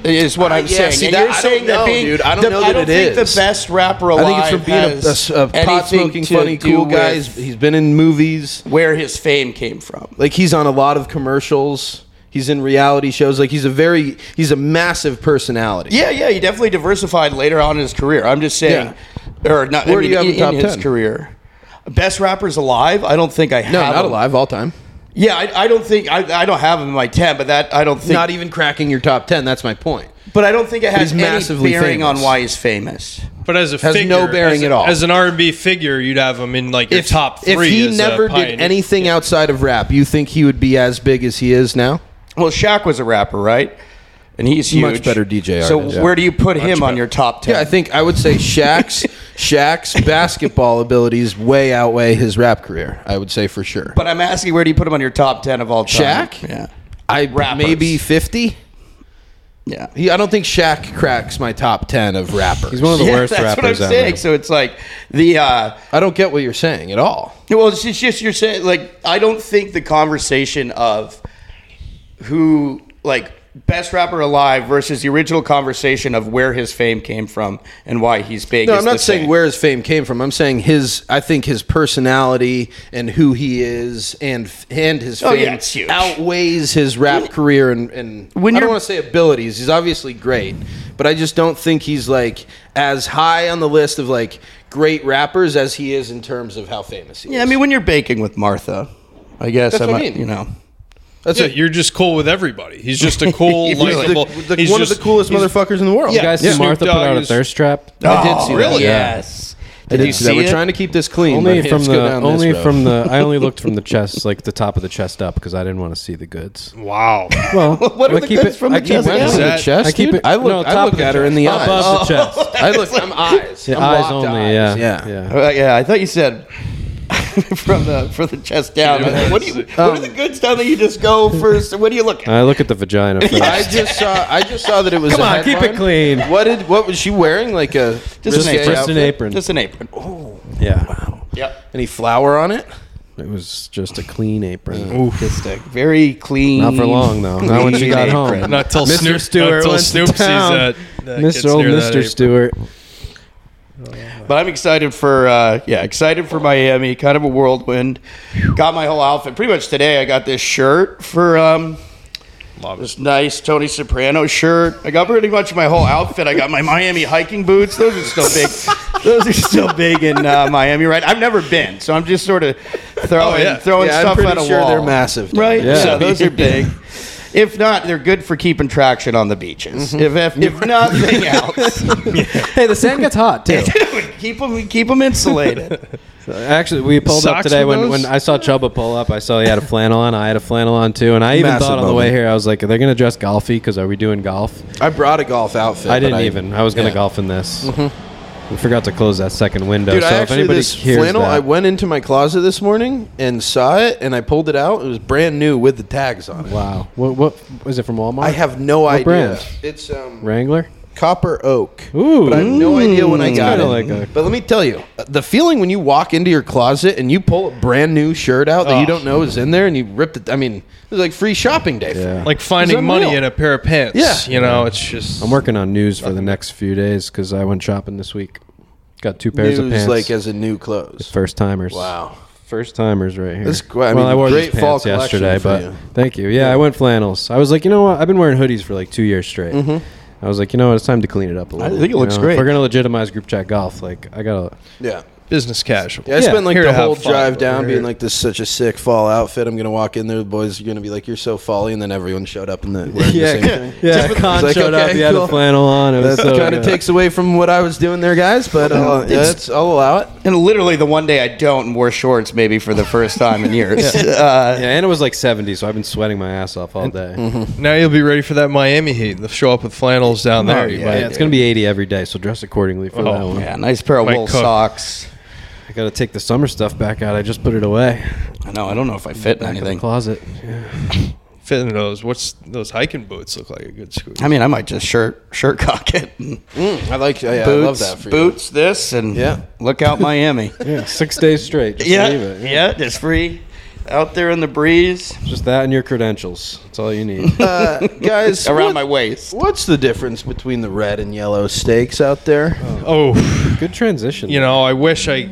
Speaker 4: Is what
Speaker 1: Uh,
Speaker 4: I'm
Speaker 1: yeah,
Speaker 4: saying.
Speaker 1: see,
Speaker 4: and
Speaker 1: that-
Speaker 4: you're
Speaker 1: I don't
Speaker 4: saying that
Speaker 1: know,
Speaker 4: being,
Speaker 1: dude. I don't
Speaker 4: the,
Speaker 1: know
Speaker 4: I
Speaker 1: that
Speaker 4: don't
Speaker 1: it
Speaker 4: think
Speaker 1: is.
Speaker 4: the best rapper
Speaker 1: I
Speaker 4: alive
Speaker 1: think it's from being
Speaker 4: has
Speaker 1: a- a, a, pot
Speaker 4: anything
Speaker 1: smoking,
Speaker 4: to
Speaker 1: funny,
Speaker 4: do
Speaker 1: cool
Speaker 4: with
Speaker 1: guy. He's- He's been in movies.
Speaker 4: Where his fame came from.
Speaker 1: like he's on a lot of commercials he's in reality shows like he's a very he's a massive personality
Speaker 4: Yeah, yeah, he definitely diversified later on in his career. I'm just saying, or not.
Speaker 1: Where do
Speaker 4: I mean,
Speaker 1: you have him
Speaker 4: in,
Speaker 1: top
Speaker 4: in his
Speaker 1: 10?
Speaker 4: career. Best rappers alive? I don't think I have.
Speaker 1: no not
Speaker 4: him.
Speaker 1: alive all time
Speaker 4: Yeah, I, I don't think I, I don't have him in my ten, but that I don't think.
Speaker 1: not even cracking your top 10 that's my point
Speaker 4: but I don't think it has
Speaker 1: he's
Speaker 4: any
Speaker 1: massively
Speaker 4: bearing
Speaker 1: famous.
Speaker 4: on why he's famous.
Speaker 3: but as a
Speaker 1: Has
Speaker 3: figure,
Speaker 1: no bearing
Speaker 3: as,
Speaker 1: at all.
Speaker 3: As an R and B figure, you'd have him in like your top three.
Speaker 1: if he
Speaker 3: as a
Speaker 1: never did
Speaker 3: pioneer.
Speaker 1: anything outside of rap you think he would be as big as he is now
Speaker 4: Well, Shaq was a rapper, right? And he's huge.
Speaker 1: Much better DJ
Speaker 4: So
Speaker 1: artist, yeah.
Speaker 4: where do you put him on your top ten?
Speaker 1: yeah i think i would say shaq's shaq's basketball abilities way outweigh his rap career i would say for sure
Speaker 4: But I'm asking, where do you put him on your top ten of all time?
Speaker 1: Shaq?
Speaker 4: Yeah.
Speaker 1: i
Speaker 4: rappers.
Speaker 1: maybe 50
Speaker 4: Yeah.
Speaker 1: He- i don't think shaq cracks my top 10 of rappers
Speaker 2: He's one of the
Speaker 4: yeah,
Speaker 2: worst
Speaker 4: that's what I'm
Speaker 2: rappers
Speaker 4: saying.
Speaker 2: ever.
Speaker 4: So it's like the uh,
Speaker 1: i don't get what you're saying at all
Speaker 4: Well, it's just, just you're saying like I don't think the conversation of who like best rapper alive versus the original conversation of where his fame came from and why he's big.
Speaker 1: No,
Speaker 4: is
Speaker 1: I'm
Speaker 4: the
Speaker 1: not saying
Speaker 4: same.
Speaker 1: where his fame came from. I'm saying his. I think his personality and who he is, and and his fame
Speaker 4: Oh, yeah, it's huge.
Speaker 1: outweighs his rap career and and
Speaker 4: When
Speaker 1: I don't
Speaker 4: you're-
Speaker 1: want to say abilities. He's obviously great, but I just don't think he's like as high on the list of like great rappers as he is in terms of how famous he is.
Speaker 4: Yeah, I mean when you're baking with Martha, I guess
Speaker 1: That's
Speaker 4: I
Speaker 1: what I
Speaker 4: might,
Speaker 1: mean.
Speaker 4: you know.
Speaker 1: that's
Speaker 3: Yeah,
Speaker 1: it.
Speaker 3: you're just cool with everybody. He's just a cool,
Speaker 4: He's
Speaker 1: He's
Speaker 3: likable.
Speaker 1: the, the-
Speaker 3: he's
Speaker 1: one
Speaker 3: just-
Speaker 1: of the coolest motherfuckers in the world.
Speaker 2: You guys see
Speaker 3: Snoop
Speaker 2: Martha put
Speaker 3: Dogg
Speaker 2: out a
Speaker 3: is-
Speaker 4: Oh,
Speaker 2: thirst trap?
Speaker 1: I did see that.
Speaker 2: Yeah.
Speaker 4: Yes.
Speaker 1: Oh, I
Speaker 4: you
Speaker 1: did see that.
Speaker 4: see
Speaker 1: We're
Speaker 4: it?
Speaker 1: trying to keep this clean.
Speaker 2: Only
Speaker 1: but
Speaker 2: from
Speaker 1: let's go
Speaker 2: the
Speaker 1: down this
Speaker 2: only
Speaker 1: road.
Speaker 2: from the I only looked from the chest like the top of the chest up because I didn't want to see the goods.
Speaker 3: Wow.
Speaker 2: Well,
Speaker 1: What are the goods from the chest?
Speaker 3: it-
Speaker 1: down?
Speaker 3: Is that-
Speaker 1: the chest
Speaker 2: I keep
Speaker 1: dude?
Speaker 2: it.
Speaker 1: I look,
Speaker 2: no,
Speaker 1: I
Speaker 2: top
Speaker 1: look
Speaker 2: of
Speaker 1: at her in the
Speaker 2: above
Speaker 1: eyes.
Speaker 2: the chest.
Speaker 1: I look. I'm eyes.
Speaker 2: Yeah,
Speaker 1: I'm
Speaker 2: eyes
Speaker 1: locked
Speaker 2: only.
Speaker 1: eyes.
Speaker 2: Yeah.
Speaker 1: Yeah.
Speaker 4: Uh, yeah, I thought you said from the from the chest down. I was like, what do you? what are the goods down that you just go first? What do you look at?
Speaker 2: I look at the vagina first.
Speaker 1: I just saw. I just saw that it was.
Speaker 2: Come
Speaker 1: a
Speaker 2: on, keep it
Speaker 1: headline.
Speaker 2: clean.
Speaker 1: What did? What was she wearing? Like a
Speaker 4: Just an
Speaker 1: risque
Speaker 4: apron.
Speaker 2: Just
Speaker 1: outfit?
Speaker 2: an apron.
Speaker 4: Just an apron. Oh,
Speaker 2: yeah.
Speaker 4: yep.
Speaker 1: Any flour on it?
Speaker 2: It was just a clean apron.
Speaker 4: Just a very clean.
Speaker 2: Not for long though. Not when she got
Speaker 4: clean
Speaker 2: home.
Speaker 4: apron.
Speaker 3: Not till
Speaker 2: Mr.
Speaker 3: Snoop,
Speaker 2: Stewart
Speaker 3: not till
Speaker 2: went to
Speaker 3: Snoop sees
Speaker 2: town.
Speaker 3: that. that gets
Speaker 2: Mr. Old
Speaker 3: near that
Speaker 2: Mr.
Speaker 3: apron.
Speaker 2: Stewart.
Speaker 4: But I'm excited for uh, yeah, excited for Miami. Kind of a whirlwind. Got my whole outfit pretty much today. I got this shirt for um,
Speaker 3: Love it.
Speaker 4: this nice Tony Soprano shirt. I got pretty much my whole outfit. I got my Miami hiking boots. Those are still big. Those are still big in uh, Miami, right? I've never been, so I'm just sort of throwing
Speaker 3: Oh, yeah.
Speaker 4: throwing
Speaker 1: Yeah, I'm
Speaker 4: stuff
Speaker 1: pretty
Speaker 4: at a
Speaker 1: sure
Speaker 4: wall.
Speaker 1: they're massive, Tony.
Speaker 4: right?
Speaker 2: Yeah.
Speaker 4: So those are big. If not, they're good for keeping traction on the beaches. If, if if nothing else,
Speaker 2: Hey, the sand gets hot too.
Speaker 4: keep them keep them insulated.
Speaker 2: Actually, we pulled up
Speaker 3: Socks
Speaker 2: today
Speaker 3: with
Speaker 2: when,
Speaker 3: those?
Speaker 2: when I saw Chuba pull up. I saw he had a flannel on. I had a flannel on too. And I even
Speaker 1: Massive
Speaker 2: thought on the way
Speaker 1: moment.
Speaker 2: here, I was like, are they going to dress golfy? Because are we doing golf?
Speaker 1: I brought a golf outfit.
Speaker 2: I Mm-hmm.
Speaker 1: but
Speaker 2: didn't even. I was going to
Speaker 1: yeah.
Speaker 2: golf in this. We forgot to close that second window.
Speaker 1: Dude,
Speaker 2: so
Speaker 1: I
Speaker 2: if
Speaker 1: actually
Speaker 2: anybody
Speaker 1: this
Speaker 2: hears
Speaker 1: flannel.
Speaker 2: that,
Speaker 1: I went into my closet this morning and saw it, and I pulled it out. It was brand new with the tags on it.
Speaker 2: wow, what what was it from Walmart?
Speaker 1: I have no idea.
Speaker 2: brand?
Speaker 1: It's um,
Speaker 2: Wrangler.
Speaker 1: copper oak.
Speaker 2: Ooh.
Speaker 1: but I have no idea when I got it.
Speaker 2: Mm, kinda like a-
Speaker 1: but let me tell you, uh, the feeling when you walk into your closet and you pull a brand new shirt out that you don't know is in there, and you ripped it. I mean, it was like free shopping day. for
Speaker 2: Yeah.
Speaker 1: me.
Speaker 3: Like
Speaker 1: It's
Speaker 3: finding money
Speaker 1: unreal.
Speaker 3: in a pair of pants.
Speaker 1: Yeah.
Speaker 3: You know, it's just.
Speaker 2: I'm working on news for the next few days because I went shopping this week. Got two pairs of
Speaker 1: News
Speaker 2: pants.
Speaker 1: like as a new clothes.
Speaker 2: first timers.
Speaker 1: Wow.
Speaker 2: First timers right here.
Speaker 1: That's qu- I mean, great fall collection for
Speaker 2: but
Speaker 1: you.
Speaker 2: thank you. Yeah, I went flannels. I was like, you know what? I've been wearing hoodies for like two years straight. I was like, you know what? It's time to clean it up a little.
Speaker 4: think it
Speaker 2: you
Speaker 4: looks
Speaker 2: know?
Speaker 4: great.
Speaker 2: If we're gonna legitimize group chat golf, like I gotta.
Speaker 1: Yeah.
Speaker 3: business casual.
Speaker 1: Yeah, I spent like
Speaker 3: Here
Speaker 1: the
Speaker 3: to have
Speaker 1: whole
Speaker 3: fun.
Speaker 1: drive down
Speaker 3: Here-
Speaker 1: being like, "This is such a sick fall outfit." I'm gonna walk in there. The boys are gonna be like, "You're so folly," and then everyone showed up in the wearing the same thing.
Speaker 2: yeah. Con
Speaker 1: It's like,
Speaker 2: showed up.
Speaker 1: okay,
Speaker 2: He had
Speaker 1: cool.
Speaker 2: a flannel on. It was
Speaker 1: That
Speaker 2: so
Speaker 1: kind of
Speaker 2: good.
Speaker 1: takes away from what I was doing there, guys. But uh, yeah, it's, I'll allow it.
Speaker 4: And literally, the one day I don't and wore shorts, maybe for the first time in years. Uh,
Speaker 2: Yeah, and it was like 70, so I've been sweating my ass off all day.
Speaker 3: Now you'll be ready for that Miami heat. They'll show up with flannels down there.
Speaker 4: Oh,
Speaker 3: You
Speaker 4: yeah.
Speaker 3: might-
Speaker 2: Yeah, it's gonna be 80 every day, so dress accordingly for that one.
Speaker 4: yeah, nice pair of
Speaker 3: Mike
Speaker 4: wool
Speaker 3: Cook.
Speaker 4: socks.
Speaker 2: I gotta take the summer stuff back out. I just put it away.
Speaker 4: I know. I don't know if I fit in
Speaker 2: Back in the
Speaker 4: anything.
Speaker 2: closet.
Speaker 3: fit into those. What's those hiking boots look like? A good squeeze.
Speaker 4: I mean, I might just shirt shirt cock it. and
Speaker 1: Mm, I like. Yeah, I love
Speaker 4: boots,
Speaker 1: that for you.
Speaker 4: boots, this, and
Speaker 1: Yeah.
Speaker 4: look out, Miami.
Speaker 2: Yeah, six days straight. Just
Speaker 4: yeah,
Speaker 2: leave it.
Speaker 4: yeah, just free out there in the breeze
Speaker 2: Just that and your credentials. That's all you need.
Speaker 1: Uh, guys,
Speaker 4: around
Speaker 1: what-
Speaker 4: my waist.
Speaker 1: What's the difference between the red and yellow steaks out there?
Speaker 3: Oh.
Speaker 2: Good transition.
Speaker 3: You know, I wish I.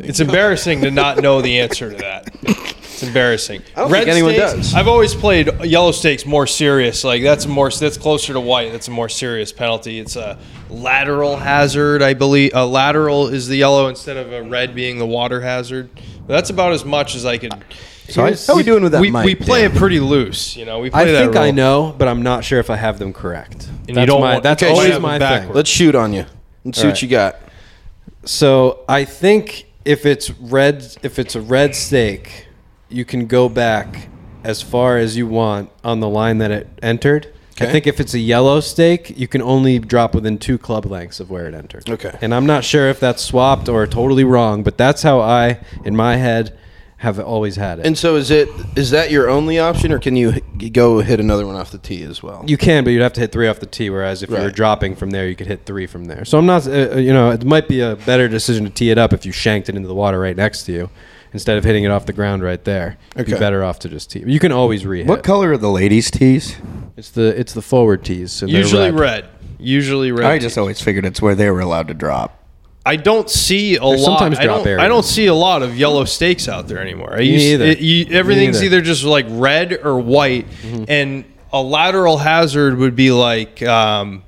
Speaker 3: It's embarrassing to not know the answer to that. It's embarrassing. I
Speaker 1: don't think anyone does.
Speaker 3: I've always played yellow stakes more serious. Like that's a more that's closer to white. That's a more serious penalty. It's a lateral hazard, I believe. A lateral is the yellow instead of a red being the water hazard. That's about as much as I could.
Speaker 1: How we doing with that
Speaker 3: we,
Speaker 1: mic,
Speaker 3: we play
Speaker 1: Dan?
Speaker 3: it pretty loose, you know. We play
Speaker 2: I
Speaker 3: that
Speaker 2: think I
Speaker 3: role.
Speaker 2: know, but I'm not sure if I have them correct.
Speaker 3: you
Speaker 2: that's
Speaker 3: don't
Speaker 2: my,
Speaker 3: want-
Speaker 2: that's
Speaker 3: okay, you
Speaker 2: always
Speaker 3: have
Speaker 2: my
Speaker 3: them backwards.
Speaker 2: thing.
Speaker 1: Let's shoot on you and see what
Speaker 2: right.
Speaker 1: you got.
Speaker 2: So I think if it's red, if it's a red stake, you can go back as far as you want on the line that it entered.
Speaker 1: Okay.
Speaker 2: I think if it's a yellow stake, you can only drop within two club lengths of where it entered.
Speaker 1: Okay.
Speaker 2: And I'm not sure if that's swapped or totally wrong, but that's how I, in my head, have always had it.
Speaker 1: And so, is it is that your only option, or can you h- go hit another one off the tee as well?
Speaker 2: You can, but you'd have to hit three off the tee. Whereas if you were
Speaker 1: Right.
Speaker 2: dropping from there, you could hit three from there. So I'm not, uh, you know, it might be a better decision to tee it up if you shanked it into the water right next to you instead of hitting it off the ground right there. You'd
Speaker 1: Okay.
Speaker 2: be better off to just tee. You can always re
Speaker 4: What color are the ladies' tees?
Speaker 2: It's the it's the forward tees. So they're
Speaker 3: Usually
Speaker 2: red.
Speaker 3: red. Usually red.
Speaker 4: I just always figured it's where they were allowed to drop.
Speaker 3: I don't see a lot.
Speaker 2: sometimes
Speaker 3: I
Speaker 2: drop
Speaker 3: don't,
Speaker 2: areas.
Speaker 3: I don't see a lot of yellow stakes out there anymore. I used,
Speaker 2: either.
Speaker 3: it-
Speaker 2: Me
Speaker 3: you-
Speaker 2: Mm-hmm.
Speaker 3: everything's
Speaker 2: either.
Speaker 3: either just like red or white, and a lateral hazard would be like. Um,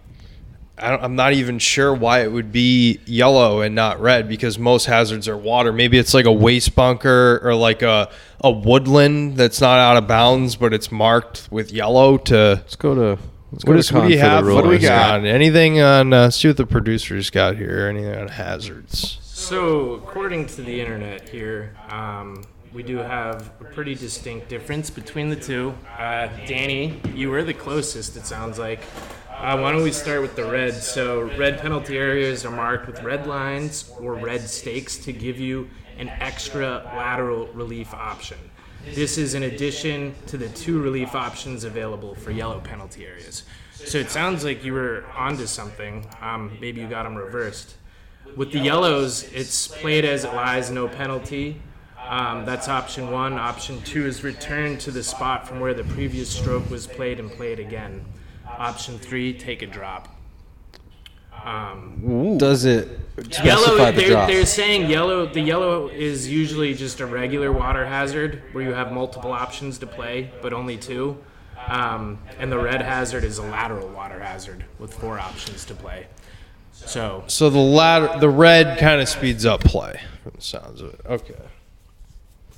Speaker 3: I don't, I'm not even sure why it would be yellow and not red because most hazards are water. Maybe it's like a waste bunker or like a a woodland that's not out of bounds, but it's marked with yellow to
Speaker 2: Let's go to. Let's
Speaker 3: what, is, what do you have? What do we
Speaker 2: got?
Speaker 3: got? Anything on? Uh, see what the producers got here. Anything on hazards?
Speaker 5: So, according to the internet here, um, we do have a pretty distinct difference between the two. Uh, Danny, you were the closest, it sounds like. Uh, why don't we start with the red? So, red penalty areas are marked with red lines or red stakes to give you an extra lateral relief option. This is in addition to the two relief options available for yellow penalty areas. So, it sounds like you were onto something. Um, maybe you got them reversed. With the yellows, it's played as it lies, no penalty. Um, that's option one. Option two is return to the spot from where the previous stroke was played and played again. Option three, take a drop. Um,
Speaker 2: Does it specify
Speaker 5: yellow,
Speaker 2: the
Speaker 5: they're,
Speaker 2: drop?
Speaker 5: they're saying yellow. The yellow is usually just a regular water hazard where you have multiple options to play, but only two. Um, and the red hazard is a lateral water hazard with four options to play. So
Speaker 3: So the latter, the red kind of speeds up play from the sounds of it. Okay.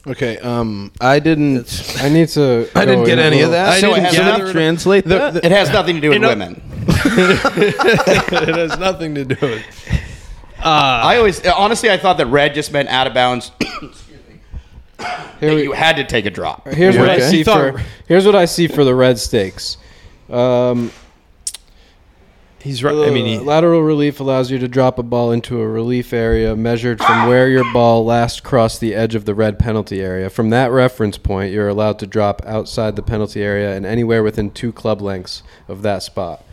Speaker 1: Okay, um, I didn't.
Speaker 2: I need to.
Speaker 1: I didn't
Speaker 2: go
Speaker 1: get
Speaker 2: in a
Speaker 1: any of
Speaker 2: little-
Speaker 1: that.
Speaker 3: I didn't
Speaker 1: Somebody
Speaker 3: gather it.
Speaker 1: translate
Speaker 3: The-
Speaker 1: that.
Speaker 3: the-
Speaker 4: It has nothing to do with
Speaker 3: know-
Speaker 4: women.
Speaker 3: it has nothing to do with.
Speaker 4: I always honestly I thought that red just meant out of bounds. that you had to take a drop.
Speaker 2: Here's what
Speaker 3: Okay.
Speaker 2: I see
Speaker 3: You thought-
Speaker 2: for. Here's what I see for the red stakes. Um,
Speaker 3: He's right. I mean, he,
Speaker 2: lateral relief allows you to drop a ball into a relief area measured from where your ball last crossed the edge of the red penalty area. From that reference point, you're allowed to drop outside the penalty area and anywhere within two club lengths of that spot.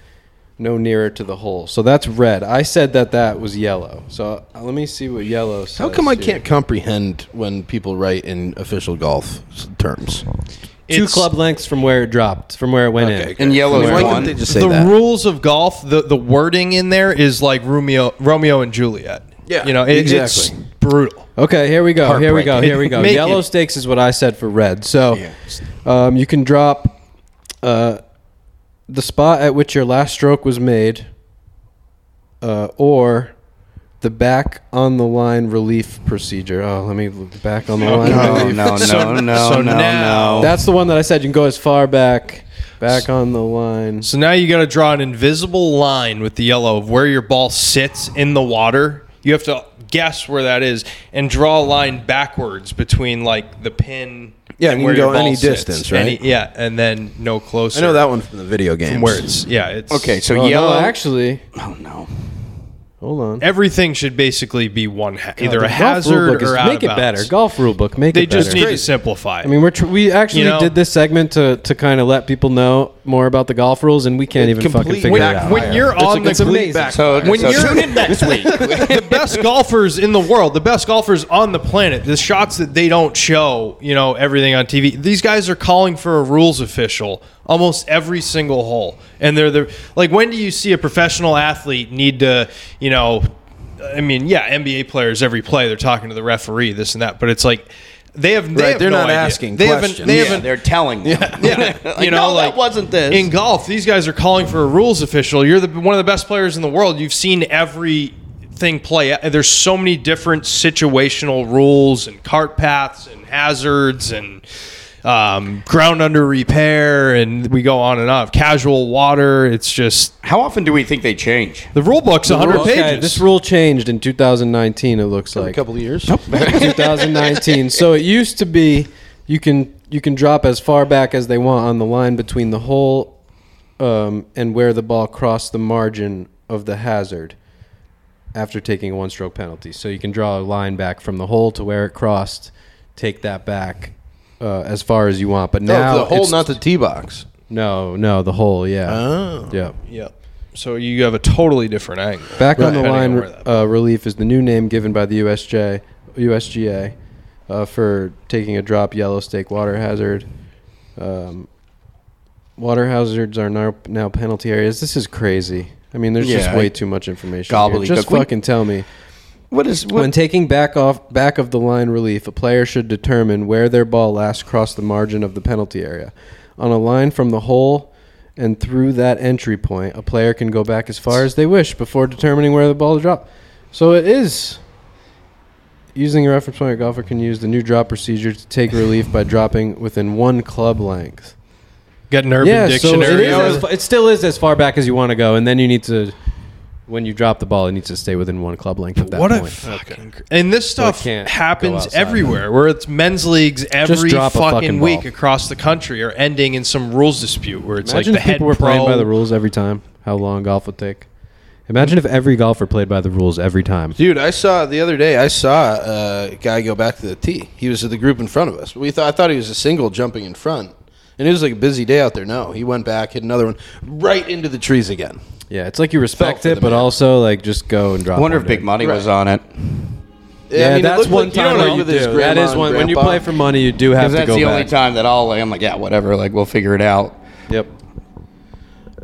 Speaker 2: No nearer to the hole. So that's red. I said that that was yellow. So uh, let me see what yellow says.
Speaker 1: How come I
Speaker 2: here.
Speaker 1: can't comprehend when people write in official golf s- terms?
Speaker 2: Two
Speaker 3: It's-
Speaker 2: club lengths from where it dropped, from where it went in.
Speaker 1: Okay,
Speaker 4: And yellow
Speaker 1: Why
Speaker 4: is
Speaker 1: couldn't
Speaker 4: one.
Speaker 1: they just say
Speaker 3: the
Speaker 1: that?
Speaker 3: rules of golf, the, the wording in there is like Romeo Romeo and Juliet.
Speaker 1: Yeah,
Speaker 3: you know, it,
Speaker 1: exactly.
Speaker 3: it's brutal.
Speaker 2: Okay, here we go. Here we go.
Speaker 3: Heartbreaking.
Speaker 2: Here we go.
Speaker 3: Make
Speaker 2: Yellow
Speaker 3: it.
Speaker 2: stakes is what I said for red. So um, you can drop uh, the spot at which your last stroke was made uh, or the back on the line relief procedure. Oh, let me look back on the line.
Speaker 4: No,
Speaker 2: relief.
Speaker 4: no, no,
Speaker 3: So-
Speaker 4: no,
Speaker 3: so
Speaker 4: no,
Speaker 3: now-
Speaker 4: no.
Speaker 2: That's the one that I said you can go as far back, back on the line.
Speaker 3: So now you got to draw an invisible line with the yellow of where your ball sits in the water. You have to guess where that is and draw a line backwards between like the pin.
Speaker 1: Yeah,
Speaker 3: and
Speaker 1: you
Speaker 3: where
Speaker 1: can
Speaker 3: your
Speaker 1: go
Speaker 3: ball
Speaker 1: any
Speaker 3: sits.
Speaker 1: distance,
Speaker 3: Any-
Speaker 1: right?
Speaker 3: yeah, and then no closer.
Speaker 1: I know that one from the video games.
Speaker 3: From where it's yeah, it's
Speaker 4: okay, so
Speaker 2: Oh, no,
Speaker 4: yellow
Speaker 2: actually,
Speaker 4: Oh no.
Speaker 2: hold on.
Speaker 3: Everything should basically be one ha- either
Speaker 2: The
Speaker 3: a
Speaker 2: golf
Speaker 3: hazard
Speaker 2: rulebook is-
Speaker 3: or out
Speaker 2: Make
Speaker 3: of
Speaker 2: it better.
Speaker 3: bounds.
Speaker 2: Golf rule book. Make
Speaker 3: They
Speaker 2: it better.
Speaker 3: just need to simplify.
Speaker 2: I mean, we're tr- we actually
Speaker 3: You know?
Speaker 2: did this segment to, to kind of let people know more about the golf rules, and we can't even fucking
Speaker 1: complete
Speaker 2: figure it out.
Speaker 3: when you're on the
Speaker 1: complete back-
Speaker 4: So,
Speaker 3: When
Speaker 4: so
Speaker 3: you're-
Speaker 4: tune in next week.
Speaker 3: the best golfers in the world, the best golfers on the planet, the shots that they don't show, you know, everything on TV. These guys are calling for a rules official almost every single hole. And they're the like when do you see a professional athlete need to, you know, I mean, yeah, NBA players every play they're talking to the referee, this and that, but it's like they have they
Speaker 1: Right,
Speaker 3: have
Speaker 1: they're
Speaker 3: no
Speaker 1: not
Speaker 3: idea.
Speaker 1: asking
Speaker 3: they Haven't,
Speaker 1: questions.
Speaker 3: they
Speaker 1: Yeah,
Speaker 3: haven't
Speaker 4: They're telling them.
Speaker 3: yeah,
Speaker 4: Like, no, that wasn't this.
Speaker 3: In golf, these guys are calling for a rules official. You're the one of the best players in the world. You've seen everything play. There's so many different situational rules and cart paths and hazards and um, ground under repair, and we go on and on. Casual water. It's just
Speaker 4: How often do we think they change?
Speaker 3: the rule book's 100
Speaker 2: Okay,
Speaker 3: pages.
Speaker 2: this rule changed in 2019. It looks
Speaker 1: a
Speaker 2: like
Speaker 1: couple of years.
Speaker 2: 2019. So it used to be you can you can drop as far back as they want on the line between the hole um, and where the ball crossed the margin of the hazard after taking a one stroke penalty. So you can draw a line back from the hole to where it crossed, take that back uh, as far as you want. But now
Speaker 1: No, the whole,
Speaker 2: it's-
Speaker 1: not the tee box.
Speaker 2: no no the hole yeah
Speaker 1: Oh.
Speaker 2: yeah.
Speaker 3: Yep. So you have a totally different angle.
Speaker 2: Back on the
Speaker 3: Depending on
Speaker 2: line
Speaker 3: where that-
Speaker 2: uh, relief is the new name given by the USJ, USGA uh, for taking a drop yellow stake water hazard. Um, water hazards are now, now penalty areas. This is crazy. I mean, there's just
Speaker 4: Yeah,
Speaker 2: way
Speaker 4: I-
Speaker 2: too much information. Here. Just
Speaker 4: gobbledygook. When-
Speaker 2: fucking tell me.
Speaker 4: What is what?
Speaker 2: When taking back off back of the line relief, a player should determine where their ball last crossed the margin of the penalty area. On a line from the hole and through that entry point, a player can go back as far as they wish before determining where the ball to drop. So it is using a reference point. A golfer can use the new drop procedure to take relief by dropping within one club length.
Speaker 3: Got an urban
Speaker 2: yeah, so it,
Speaker 3: dictionary.
Speaker 2: is as, fa- it still is as far back as you want to go, and then you need to when you drop the ball, it needs to stay within one club length at that
Speaker 3: what
Speaker 2: point.
Speaker 3: a fucking cr- and this stuff
Speaker 2: can't go
Speaker 3: happens
Speaker 2: outside.
Speaker 3: everywhere where it's men's leagues every
Speaker 2: drop a
Speaker 3: fucking,
Speaker 2: fucking
Speaker 3: week
Speaker 2: ball.
Speaker 3: across the country are ending in some rules dispute where it's
Speaker 2: Imagine
Speaker 3: like
Speaker 2: if
Speaker 3: the head
Speaker 2: people were playing by
Speaker 3: pro-
Speaker 2: the rules every time. How long golf would take? Imagine if every golfer played by the rules every time.
Speaker 1: Dude, I saw the other day. I saw uh, a guy go back to the tee. He was at the group in front of us. We thought I thought he was a single jumping in front, and it was like a busy day out there. No, he went back, hit another one, right into the trees again.
Speaker 2: Yeah, it's like you respect
Speaker 1: for the
Speaker 2: it, but
Speaker 1: man.
Speaker 2: also like just go and drop.
Speaker 4: I wonder
Speaker 2: one
Speaker 4: if big
Speaker 2: dude.
Speaker 4: money was
Speaker 1: Right.
Speaker 4: on it.
Speaker 2: Yeah,
Speaker 1: it
Speaker 2: that's
Speaker 1: looked
Speaker 2: one
Speaker 1: like you
Speaker 2: time
Speaker 1: don't
Speaker 2: where
Speaker 1: know
Speaker 2: you
Speaker 1: with his
Speaker 2: do. That
Speaker 1: grandma
Speaker 2: is
Speaker 1: and
Speaker 2: one when you
Speaker 1: grandpa.
Speaker 2: play for money, you do have
Speaker 4: Because
Speaker 2: to
Speaker 4: that's
Speaker 2: go
Speaker 4: the
Speaker 2: back.
Speaker 4: only time that I'll like I'm like, yeah, whatever, like we'll figure it out.
Speaker 2: Yep.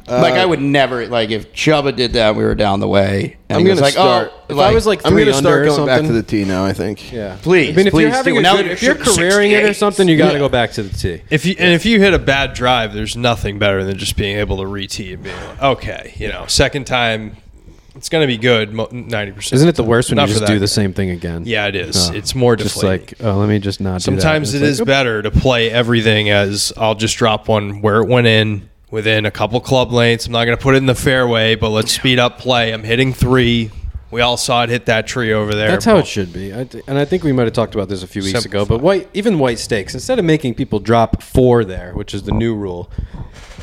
Speaker 4: like I would never like if Chuba did that, we were down the way. And
Speaker 1: I'm
Speaker 4: he was
Speaker 1: gonna
Speaker 4: like,
Speaker 1: start.
Speaker 4: Oh, like,
Speaker 2: I was like
Speaker 1: I'm
Speaker 2: three
Speaker 1: gonna start
Speaker 2: under or
Speaker 1: going back to
Speaker 2: something.
Speaker 1: the tee now. I think.
Speaker 2: Yeah.
Speaker 4: Please,
Speaker 2: I mean, if
Speaker 4: please
Speaker 2: you're having
Speaker 4: do.
Speaker 2: a
Speaker 4: Now
Speaker 2: good,
Speaker 4: you're
Speaker 2: if you're careering it or something, you got to go back to the tee.
Speaker 3: If you and if you hit a bad drive, there's nothing better than just being able to re-tee and being like, okay, you know, second time, it's gonna be good ninety percent.
Speaker 2: Isn't it the worst when
Speaker 3: Not
Speaker 2: you
Speaker 3: for
Speaker 2: just do
Speaker 3: that.
Speaker 2: the same thing again?
Speaker 3: Yeah, it is.
Speaker 2: Uh,
Speaker 3: It's more
Speaker 2: just
Speaker 3: deflating.
Speaker 2: like oh, let me just not.
Speaker 3: Sometimes
Speaker 2: do
Speaker 3: it
Speaker 2: that.
Speaker 3: is better to play everything as I'll just drop one where it went in within a couple club lengths. I'm not going to put it in the fairway, but let's speed up play. I'm hitting three. We all saw it hit that tree over there.
Speaker 2: That's how it
Speaker 3: Boom.
Speaker 2: should be. I th- and I think we might have talked about this a few weeks ago,
Speaker 3: Simplify.
Speaker 2: but white, even white stakes, instead of making people drop four there, which is the new rule,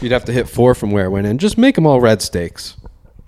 Speaker 2: you'd have to hit four from where it went in. Just make them all red stakes.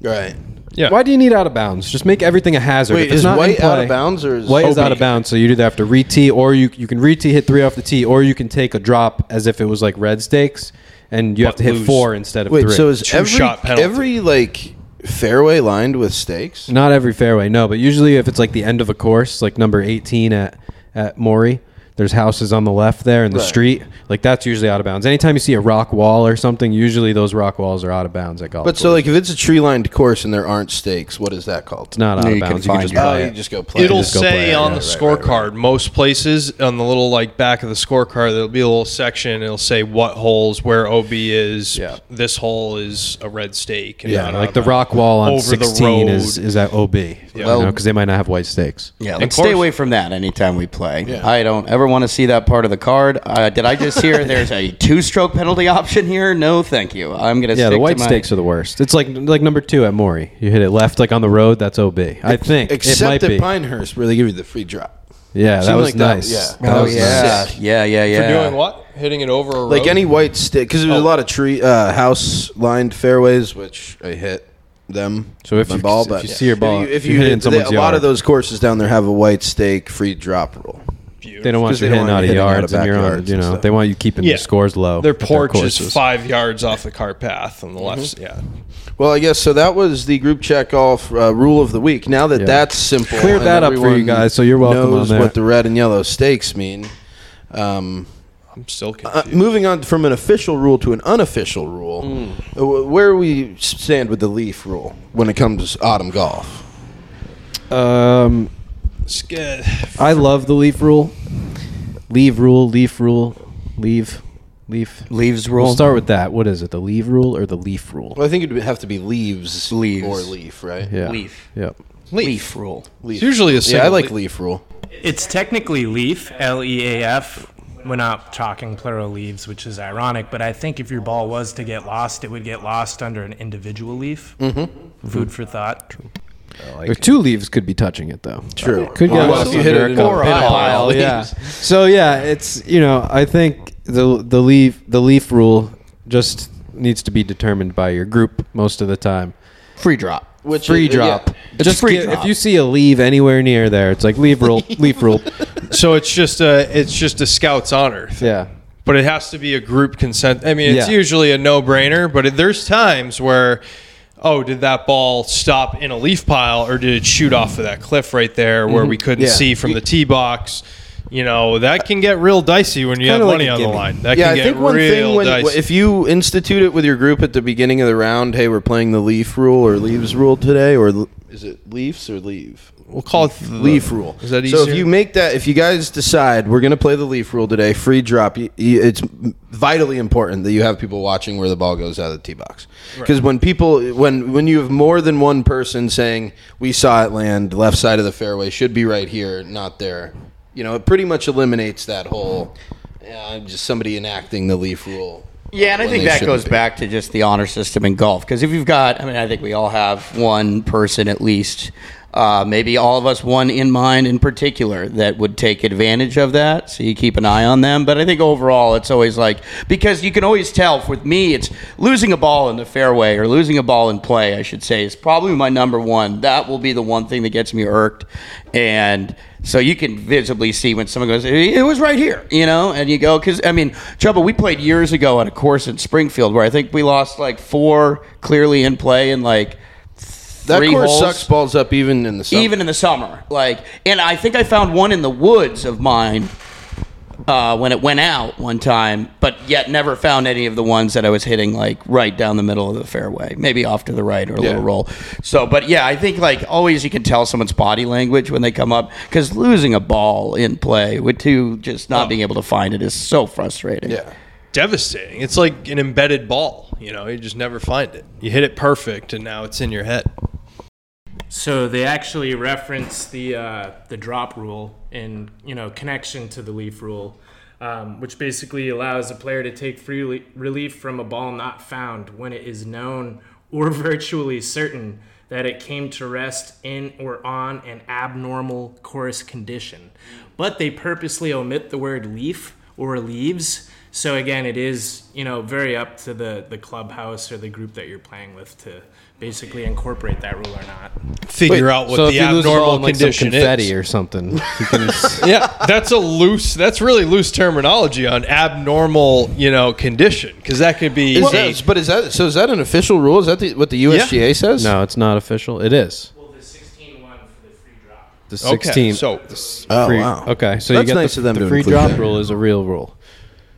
Speaker 1: Right.
Speaker 3: Yeah.
Speaker 2: Why do you need out of bounds? Just make everything a hazard.
Speaker 1: Wait,
Speaker 2: If it's
Speaker 1: is
Speaker 2: not in
Speaker 1: white out
Speaker 2: play-
Speaker 1: of bounds or is
Speaker 2: White is
Speaker 1: Hobie-
Speaker 2: out of bounds, so you'd either have to re tee or you you can re tee hit three off the tee, or you can take a drop as if it was like red stakes, and you have
Speaker 3: But
Speaker 2: to hit
Speaker 3: lose.
Speaker 2: four instead of
Speaker 1: Wait.
Speaker 2: three.
Speaker 1: So is
Speaker 3: Two
Speaker 1: every
Speaker 3: shot penalty.
Speaker 1: every like fairway lined with stakes?
Speaker 2: Not every fairway, no, but usually if it's like the end of a course, like number 18 at at Maury, there's houses on the left there in the
Speaker 1: Right.
Speaker 2: street. Like that's usually out of bounds. Anytime you see a rock wall or something, usually those rock walls are out of bounds at golf.
Speaker 1: But so like if it's a tree lined course and there aren't stakes, what is that called?
Speaker 2: it's not out
Speaker 4: Yeah,
Speaker 2: of
Speaker 4: you can
Speaker 2: bounds. You can
Speaker 4: find
Speaker 2: just
Speaker 4: your-
Speaker 1: Oh,
Speaker 2: play
Speaker 1: you
Speaker 2: it.
Speaker 1: just go play.
Speaker 3: It'll
Speaker 1: it.
Speaker 2: go play
Speaker 3: say
Speaker 2: it.
Speaker 3: on
Speaker 2: Yeah,
Speaker 3: the scorecard, most places on the little like back of the scorecard, there'll be a little section. It'll say what holes, where OB is.
Speaker 2: Yeah.
Speaker 3: This hole is a red stake. and
Speaker 2: yeah,
Speaker 3: not
Speaker 2: like
Speaker 3: on
Speaker 2: the rock wall on
Speaker 3: over the
Speaker 2: 16 is
Speaker 3: road.
Speaker 2: is at OB. Because
Speaker 1: Well-
Speaker 2: they might not have white stakes.
Speaker 4: Yeah,
Speaker 3: Of
Speaker 4: let's stay
Speaker 3: course.
Speaker 4: away from that anytime we play.
Speaker 1: Yeah.
Speaker 4: I don't ever want to see that part of the card. Uh, did I just hear there's a two-stroke penalty option here? No, thank you. I'm gonna
Speaker 2: Yeah,
Speaker 4: Stick
Speaker 2: the white
Speaker 4: to my,
Speaker 2: stakes are the worst. It's like like number two at Maury. You hit it left, like on the road. That's OB. I think it might
Speaker 1: Except at
Speaker 2: be.
Speaker 1: Pinehurst where they give you the free drop.
Speaker 2: yeah, that
Speaker 1: Seemed
Speaker 2: was
Speaker 1: like that-
Speaker 2: nice.
Speaker 1: yeah.
Speaker 2: That
Speaker 4: Oh
Speaker 2: was
Speaker 4: yeah,
Speaker 2: nice.
Speaker 1: nice.
Speaker 4: yeah, yeah, yeah.
Speaker 3: You're doing what? Hitting it over a
Speaker 1: Like
Speaker 3: road?
Speaker 1: any white stick, because
Speaker 2: oh.
Speaker 1: there's a lot of tree uh, house lined fairways, which I hit them.
Speaker 2: So
Speaker 1: with
Speaker 2: if
Speaker 1: my
Speaker 2: you-
Speaker 1: ball,
Speaker 2: if
Speaker 1: but
Speaker 2: you see your ball,
Speaker 1: if you, if
Speaker 2: you
Speaker 1: you-
Speaker 2: hit it in
Speaker 1: they- a
Speaker 2: someone's
Speaker 1: lot
Speaker 2: yard.
Speaker 1: of those courses down there have a white stake free drop rule.
Speaker 2: They don't want
Speaker 1: 'Cause
Speaker 2: you
Speaker 1: they don't
Speaker 2: hitting
Speaker 1: want you
Speaker 2: out of
Speaker 1: hitting out
Speaker 2: yards
Speaker 1: of
Speaker 2: and you're on,
Speaker 1: backyards
Speaker 2: you
Speaker 1: and
Speaker 2: know,
Speaker 1: stuff.
Speaker 2: they want you keeping
Speaker 3: Yeah.
Speaker 2: your scores low.
Speaker 3: Their
Speaker 2: at
Speaker 3: porch is
Speaker 2: courses.
Speaker 3: five yards off the cart path on the left.
Speaker 1: Mm-hmm.
Speaker 3: Yeah.
Speaker 1: Well, I guess so. That was the group check off uh, rule of the week. Now that that's simple,
Speaker 2: Cleared
Speaker 1: and
Speaker 2: that up for you
Speaker 1: everyone
Speaker 2: guys, so you're welcome
Speaker 1: Knows
Speaker 2: on that.
Speaker 1: what the red and yellow stakes mean. Um,
Speaker 3: I'm still
Speaker 1: uh,
Speaker 3: confused.
Speaker 1: moving on from an official rule to an unofficial rule, uh, wh- where we stand with the leaf rule when it comes to autumn golf.
Speaker 2: Um,
Speaker 3: Skid.
Speaker 2: I love the leaf rule. Leave rule, leaf rule, leave, leaf.
Speaker 4: Leaves rule.
Speaker 2: We'll start with that. What is it? The leave rule or the leaf rule?
Speaker 1: Well, I think it would have to be leaves,
Speaker 4: Leaves.
Speaker 1: or leaf, right?
Speaker 2: Yeah.
Speaker 4: leaf.
Speaker 2: Yep.
Speaker 4: leaf. rule.
Speaker 1: Leaf.
Speaker 3: usually a
Speaker 1: yeah. I
Speaker 3: single
Speaker 1: like
Speaker 3: leaf.
Speaker 1: leaf rule.
Speaker 5: It's technically leaf, L E A F. We're not talking plural leaves, which is ironic, but I think if your ball was to get lost, it would get lost under an individual leaf. Mm-hmm. Food for thought.
Speaker 2: Or two leaves could be touching it though.
Speaker 1: True.
Speaker 2: Could get
Speaker 1: Well,
Speaker 2: lost
Speaker 1: if you hit
Speaker 2: under
Speaker 1: it in
Speaker 2: a
Speaker 1: a
Speaker 2: couple-
Speaker 1: pin
Speaker 2: pin
Speaker 4: pile,
Speaker 2: pile, Yeah. So yeah, it's you know I think the the leaf the leaf rule just needs to be determined by your group most of the time.
Speaker 4: Free drop.
Speaker 1: Which
Speaker 2: free
Speaker 1: is-
Speaker 3: uh,
Speaker 1: yeah.
Speaker 2: drop.
Speaker 4: It's
Speaker 2: just
Speaker 4: free
Speaker 2: get-
Speaker 4: drop.
Speaker 2: if you see a leave anywhere near there, it's like leave rule, leaf rule.
Speaker 3: So it's just a it's just a scout's honor.
Speaker 2: Yeah.
Speaker 3: But it has to be a group consent. I mean, it's
Speaker 2: Yeah.
Speaker 3: usually a no-brainer, but it, there's times where oh, did that ball stop in a leaf pile or did it shoot off of that cliff right there where we couldn't
Speaker 1: Yeah.
Speaker 3: see from the tee box? You know, that can get real dicey when you have
Speaker 1: Kinda like
Speaker 3: money
Speaker 1: a
Speaker 3: on the
Speaker 1: gimme.
Speaker 3: line. That
Speaker 1: yeah,
Speaker 3: can
Speaker 1: I
Speaker 3: get
Speaker 1: think one
Speaker 3: real
Speaker 1: thing when
Speaker 3: dicey.
Speaker 1: if you institute it with your group at the beginning of the round, hey, we're playing the leaf rule or leaves rule today, or l- is it leaves or leave?
Speaker 3: we'll call it the
Speaker 1: leaf rule.
Speaker 3: Is that
Speaker 1: So if
Speaker 3: easier?
Speaker 1: you make that, if you guys decide we're going to play the leaf rule today, free drop. y- y- It's vitally important that you have people watching where the ball goes out of the tee box. Because when people, when when you have more than one person saying we saw it land left side of the fairway, should be right here, not there. You know, it pretty much eliminates that whole. Uh, just somebody enacting the leaf rule.
Speaker 4: Yeah, and I
Speaker 1: when
Speaker 4: think
Speaker 1: they
Speaker 4: that
Speaker 1: shouldn't
Speaker 4: goes
Speaker 1: be.
Speaker 4: back to just the honor system in golf. Because if you've got, I mean, I think we all have one person at least, uh, maybe all of us one in mind in particular that would take advantage of that. So you keep an eye on them. But I think overall, it's always like, because you can always tell with me, it's losing a ball in the fairway or losing a ball in play, I should say, is probably my number one. That will be the one thing that gets me irked. And so you can visibly see when someone goes, it was right here, you know, and you go, because I mean, Chubba, we played years ago on a course in Springfield where I think we lost like four clearly in play and like
Speaker 1: That
Speaker 4: three
Speaker 1: course
Speaker 4: holes,
Speaker 1: sucks balls up even in the summer.
Speaker 4: even in the summer. Like, and I think I found one in the woods of mine uh, when it went out one time, but yet never found any of the ones that I was hitting like right down the middle of the fairway, maybe off to the right or a little
Speaker 1: Yeah.
Speaker 4: roll. So, but yeah, I think like always you can tell someone's body language when they come up because losing a ball in play with two just not being able to find it is so frustrating.
Speaker 1: Oh. yeah.
Speaker 3: Devastating. It's like an embedded ball. You know, you just never find it. You hit it perfect, and now it's in your head.
Speaker 5: So they actually reference the uh, the drop rule in you know connection to the leaf rule, um, which basically allows a player to take free rel- relief from a ball not found when it is known or virtually certain that it came to rest in or on an abnormal course condition. But they purposely omit the word leaf or leaves. So again, it is you know very up to the the clubhouse or the group that you're playing with to basically incorporate that rule or not.
Speaker 3: Figure out what
Speaker 2: so
Speaker 3: the
Speaker 2: if you lose a
Speaker 3: abnormal
Speaker 2: ball in, like some
Speaker 3: condition
Speaker 2: confetti
Speaker 3: is.
Speaker 2: or something, you can s-
Speaker 3: yeah, that's a loose. That's really loose terminology on abnormal, you know, condition because that could be.
Speaker 1: Is
Speaker 3: a-
Speaker 1: that, but is that so? Is that an official rule? Is that the, what the USGA says?
Speaker 2: no, it's not official. It is
Speaker 5: Well, the 16 one for the free drop.
Speaker 2: the
Speaker 3: okay,
Speaker 2: 16.
Speaker 3: So
Speaker 1: Oh
Speaker 2: free-
Speaker 1: wow.
Speaker 2: Okay, so
Speaker 1: That's
Speaker 2: you got
Speaker 1: nice
Speaker 2: the,
Speaker 1: of them
Speaker 2: the
Speaker 1: to
Speaker 2: free
Speaker 1: include
Speaker 2: drop
Speaker 1: that.
Speaker 2: rule is a real rule.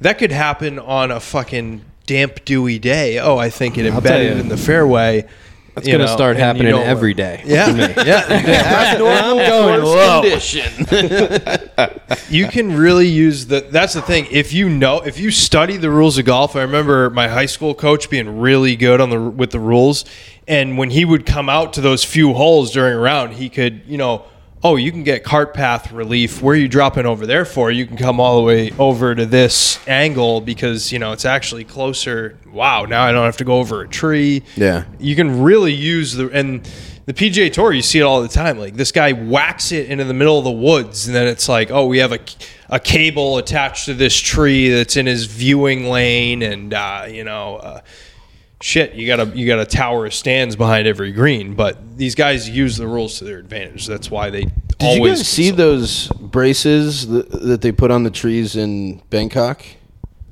Speaker 3: that could happen on a fucking damp, dewy day. Oh, I think it
Speaker 2: I'll
Speaker 3: embedded
Speaker 2: tell you.
Speaker 3: in the fairway. That's
Speaker 2: It's going to start happening every day.
Speaker 3: Yeah, yeah.
Speaker 1: Abnormal
Speaker 2: going
Speaker 1: course
Speaker 2: low.
Speaker 1: condition.
Speaker 3: you can really use the that's the thing if you know if you study the rules of golf i remember my high school coach being really good on the with the rules and when he would come out to those few holes during a round he could you know oh you can get cart path relief where are you dropping over there for you can come all the way over to this angle because you know it's actually closer wow now i don't have to go over a tree
Speaker 1: Yeah.
Speaker 3: you can really use the and the PGA Tour. You see it all the time. Like this guy whacks it into the middle of the woods, and then it's like, oh, we have a, a cable attached to this tree that's in his viewing lane, and uh, you know, uh, shit, you got to you got a tower of stands behind every green. But these guys use the rules to their advantage. That's why they
Speaker 1: Did you
Speaker 3: always
Speaker 1: guys see
Speaker 3: consult.
Speaker 1: those braces th- that they put on the trees in Bangkok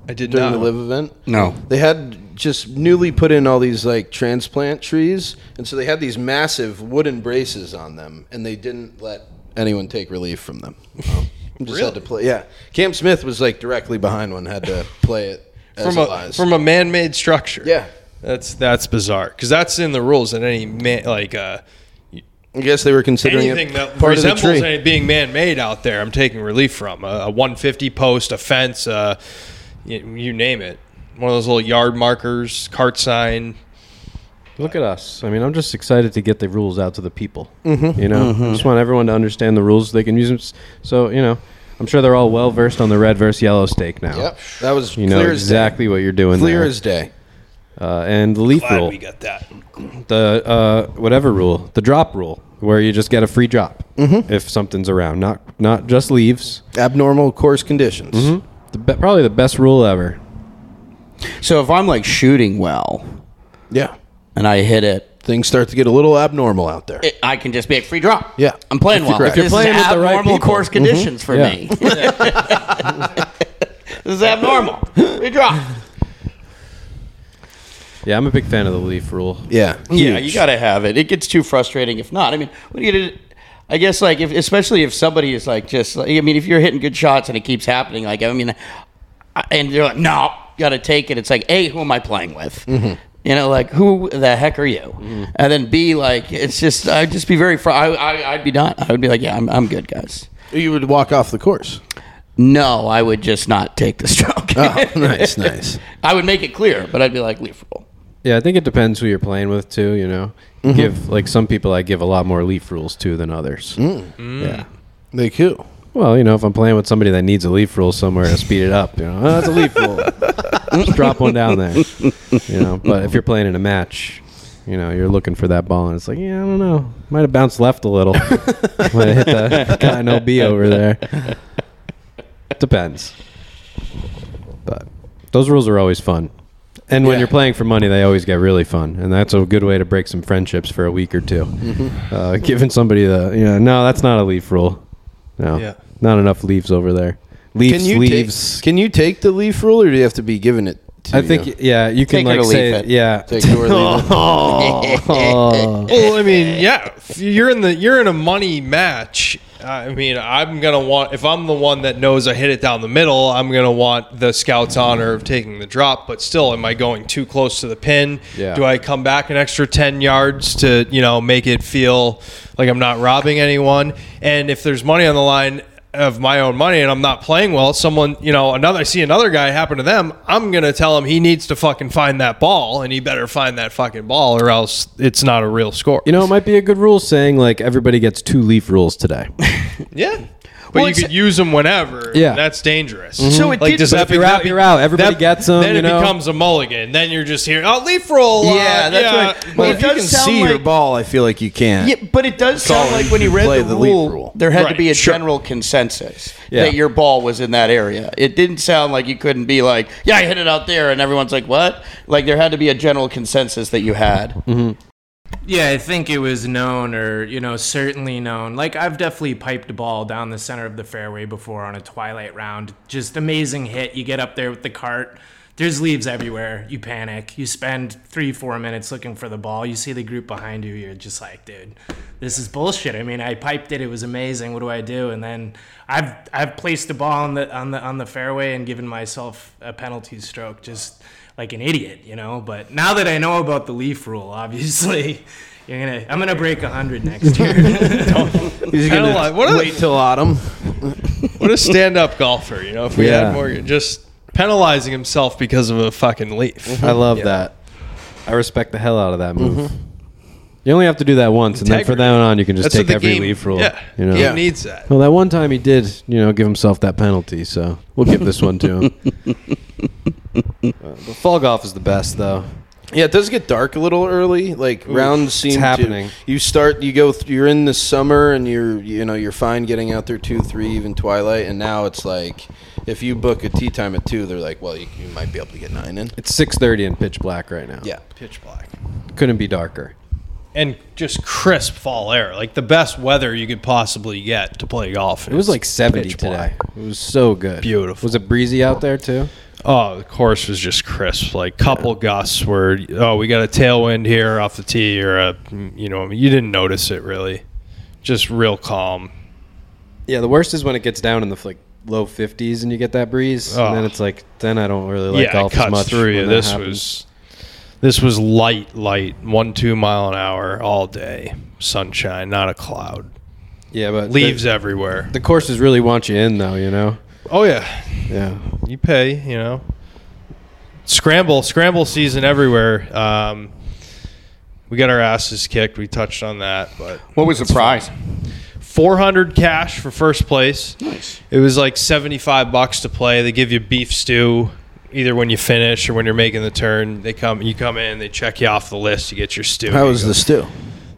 Speaker 3: I did
Speaker 1: during
Speaker 3: not.
Speaker 1: the live event?
Speaker 4: No.
Speaker 1: They had just newly put in all these like transplant trees, and so they had these massive wooden braces on them, and they didn't let anyone take relief from them. just had to play. Yeah, Cam Smith was like directly behind one, had to play it as
Speaker 3: from
Speaker 1: it
Speaker 3: a
Speaker 1: lies.
Speaker 3: from a man-made structure.
Speaker 1: yeah,
Speaker 3: that's that's bizarre because that's in the rules that any man like. Uh,
Speaker 1: I guess they were considering
Speaker 3: anything
Speaker 1: it
Speaker 3: that
Speaker 1: part of the
Speaker 3: resembles
Speaker 1: tree.
Speaker 3: any being man-made out there, I'm taking relief from a, a 150 post, a fence, uh, you, you name it. One of those little yard markers, cart sign.
Speaker 2: Look at us. I mean, I'm just excited to get the rules out to the people.
Speaker 1: Mm-hmm.
Speaker 2: You know, I just want everyone to understand the rules. so They can use them. So you know, I'm sure they're all well versed on the red versus yellow stake now.
Speaker 1: Yep, that was
Speaker 2: You know
Speaker 1: clear
Speaker 2: exactly
Speaker 1: as
Speaker 2: what you're doing.
Speaker 1: day. clear
Speaker 2: there.
Speaker 1: as day.
Speaker 2: uh, and the leaf
Speaker 3: Glad
Speaker 2: rule,
Speaker 3: we got that.
Speaker 2: the uh, whatever rule, the drop rule, where you just get a free drop
Speaker 1: Mm-hmm.
Speaker 2: if something's around. Not not just leaves.
Speaker 1: Abnormal course conditions.
Speaker 2: The be- probably the best rule ever.
Speaker 4: So if I'm like shooting well
Speaker 1: Yeah,
Speaker 4: and I hit it,
Speaker 1: things start to get a little abnormal out there.
Speaker 4: it- I can just be a free drop.
Speaker 1: Yeah.
Speaker 4: I'm playing
Speaker 1: If Mm-hmm. you're correct.
Speaker 4: well.
Speaker 1: If
Speaker 2: you're
Speaker 4: this
Speaker 2: playing
Speaker 4: is
Speaker 2: with the right
Speaker 4: abnormal
Speaker 2: people.
Speaker 4: course conditions for
Speaker 2: Yeah.
Speaker 4: me. this is abnormal. Free drop.
Speaker 2: Yeah, I'm a big fan of the leaf rule.
Speaker 1: yeah,
Speaker 4: Yeah, you got to have it. It gets too frustrating if not. I mean, what do you do? I guess like if especially if somebody is like just like, I mean if you're hitting good shots and it keeps happening like I mean I- and you're like no got to take it it's like a who am I playing with
Speaker 1: Mm-hmm.
Speaker 4: you know like who the heck are you and then b like it's just I'd just be very fr- I, I I'd be done I would be like yeah I'm I'm good guys
Speaker 1: you would walk off the course.
Speaker 4: no I would just not take the stroke
Speaker 1: Oh, nice, nice.
Speaker 4: I would make it clear but I'd be like leave roll
Speaker 2: Yeah, I think it depends who you're playing with too. You know,
Speaker 1: Mm-hmm.
Speaker 2: give like some people I give a lot more leaf rules to than others.
Speaker 1: Mm.
Speaker 3: Mm.
Speaker 2: Yeah.
Speaker 1: They cool.
Speaker 2: Well, you know, if I'm playing with somebody that needs a leaf rule somewhere to speed it up, you know, "Oh, that's a leaf rule. Just drop one down there. You know, but if you're playing in a match, you know, you're looking for that ball, and it's like, yeah, I don't know, might have bounced left a little. might have hit that guy no B over there. Depends. But those rules are always fun. And when
Speaker 1: Yeah.
Speaker 2: you're playing for money, they always get really fun, and that's a good way to break some friendships for a week or 2 Uh, giving somebody the, you know, no, that's not a leaf rule. No,
Speaker 3: Yeah.
Speaker 2: not enough leaves over there. Leaves,
Speaker 1: can you
Speaker 2: leaves.
Speaker 1: Take, can you take the leaf rule, or do you have to be given it? To
Speaker 2: I think,
Speaker 1: you?
Speaker 2: yeah, you can
Speaker 4: Take it or
Speaker 2: like
Speaker 4: leave
Speaker 2: say,
Speaker 4: it.
Speaker 2: yeah,
Speaker 1: take it or leave it.
Speaker 3: Well, I mean, yeah, if you're in the you're in a money match. I mean, I'm gonna want if I'm the one that knows I hit it down the middle, I'm gonna want the scout's honor of taking the drop. But still, am I going too close to the pin?
Speaker 2: Yeah.
Speaker 3: Do I come back an extra ten yards to you know make it feel like I'm not robbing anyone? And if there's money on the line of my own money and I'm not playing well, someone you know another I see another guy happen to them, I'm gonna tell him he needs to fucking find that ball and he better find that fucking ball or else it's not a real score.
Speaker 2: You know, it might be a good rule saying like everybody gets two leaf rules today.
Speaker 3: Yeah. But
Speaker 4: Well,
Speaker 3: you
Speaker 4: it's-
Speaker 3: could use them whenever.
Speaker 2: Yeah.
Speaker 3: and That's dangerous.
Speaker 4: So it did-
Speaker 2: But if you're out, you're out. Everybody gets 'em,
Speaker 3: Then
Speaker 2: you
Speaker 3: it
Speaker 2: know?
Speaker 3: becomes a mulligan. Then you're just here. Oh, leaf roll. uh,
Speaker 4: Yeah, that's
Speaker 3: yeah.
Speaker 4: right.
Speaker 1: Well,
Speaker 4: It
Speaker 1: if you
Speaker 4: does
Speaker 1: can
Speaker 4: sound
Speaker 1: see your
Speaker 4: like-
Speaker 1: ball, I feel like you can.
Speaker 4: Yeah, but it does sound
Speaker 1: Colin
Speaker 4: like when you
Speaker 1: should
Speaker 4: read
Speaker 1: play
Speaker 4: the,
Speaker 1: the leap
Speaker 4: rule,
Speaker 1: rule.
Speaker 4: there had
Speaker 3: Right,
Speaker 4: to be a
Speaker 3: sure.
Speaker 4: general consensus
Speaker 2: Yeah.
Speaker 4: that your ball was in that area. It didn't sound like you couldn't be like, yeah, I hit it out there, and everyone's like, what? Like there had to be a general consensus that you had.
Speaker 5: Yeah, I think it was known or, you know, certainly known. Like, I've definitely piped a ball down the center of the fairway before on a twilight round. Just amazing hit. You get up there with the cart. There's leaves everywhere. You panic. You spend three, four minutes looking for the ball. You see the group behind you. You're just like, dude, this is bullshit. I mean, I piped it. It was amazing. What do I do? And then I've I've placed the ball on the on the on the fairway and given myself a penalty stroke. Just like an idiot, you know. But now that I know about the leaf rule, obviously, you're gonna I'm gonna break hundred next year.
Speaker 1: He's
Speaker 3: Kinda
Speaker 1: gonna
Speaker 3: like- what a-
Speaker 1: wait till autumn.
Speaker 3: What a stand-up golfer. You know, if we
Speaker 2: Yeah.
Speaker 3: had Morgan just penalizing himself because of a fucking leaf.
Speaker 2: I love that. I respect the hell out of that move. You only have to do that once, and then for
Speaker 3: Integrity.
Speaker 2: that on, you can just
Speaker 3: That's what
Speaker 2: take
Speaker 3: the
Speaker 2: every
Speaker 3: game.
Speaker 2: leaf rule.
Speaker 3: Yeah.
Speaker 2: You know?
Speaker 3: Game
Speaker 1: Yeah.
Speaker 3: needs that.
Speaker 2: Well, that one time he did, you know, give himself that penalty, so we'll give this one to him. Uh, but fall golf is the best, though.
Speaker 1: Yeah, it does get dark a little early. Like rounds seem to-
Speaker 2: happening.
Speaker 1: you start, you go, th- you're in the summer, and you're, you know, you're fine getting out there two, three, even twilight. And now it's like, if you book a tea time at two, they're like, well, you, you might be able to get nine in.
Speaker 2: It's six thirty and pitch black right now.
Speaker 1: Yeah,
Speaker 3: Pitch black.
Speaker 2: couldn't be darker.
Speaker 3: And just crisp fall air, like the best weather you could possibly get to play golf.
Speaker 2: It was like seventy
Speaker 3: Pitch
Speaker 2: today.
Speaker 3: black.
Speaker 2: It was so good.
Speaker 3: Beautiful.
Speaker 2: Was it breezy out there too?
Speaker 3: Oh, the course was just crisp. Like couple gusts where oh, we got a tailwind here off the tee, or a you know, you didn't notice it really. Just real calm.
Speaker 2: Yeah, the worst is when it gets down in the like low fifties and you get that breeze,
Speaker 3: Oh.
Speaker 2: and then it's like then I don't really like
Speaker 3: yeah,
Speaker 2: golf
Speaker 3: it cuts
Speaker 2: as much.
Speaker 3: through you.
Speaker 2: when that
Speaker 3: This
Speaker 2: happens.
Speaker 3: was this was light, light, one two mile an hour all day, sunshine, not a cloud,
Speaker 2: yeah, but
Speaker 3: leaves
Speaker 2: The,
Speaker 3: everywhere.
Speaker 2: the courses really want you in though, you know.
Speaker 3: oh yeah,
Speaker 2: Yeah,
Speaker 3: you pay, you know. Scramble, scramble season everywhere. Um, we got our asses kicked. We touched on that, but
Speaker 4: What was the prize?
Speaker 3: 400 cash for first place. Nice. It was like 75 bucks to play. They give you beef stew either when you finish or when you're making the turn. They come, you come in, they check you off the list. You get your stew.
Speaker 1: how was the stew?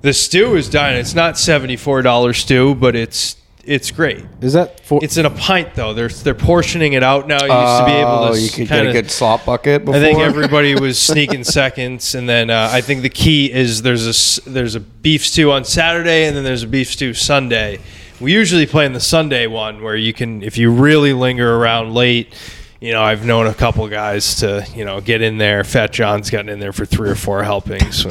Speaker 3: The stew is done. It's not 74 dollar stew, but it's it's great.
Speaker 2: is that for?
Speaker 3: It's in a pint though. They're they're portioning it out now. You used to be able to
Speaker 4: Oh, you could
Speaker 3: kinda,
Speaker 4: get a good slop bucket before.
Speaker 3: I think everybody was sneaking seconds, and then uh, I think the key is there's a s- there's a beef stew on Saturday, and then there's a beef stew Sunday. We usually play in the Sunday one where you can, if you really linger around late. You know, I've known a couple guys to you know get in there. Fat John's gotten in there for three or four helpings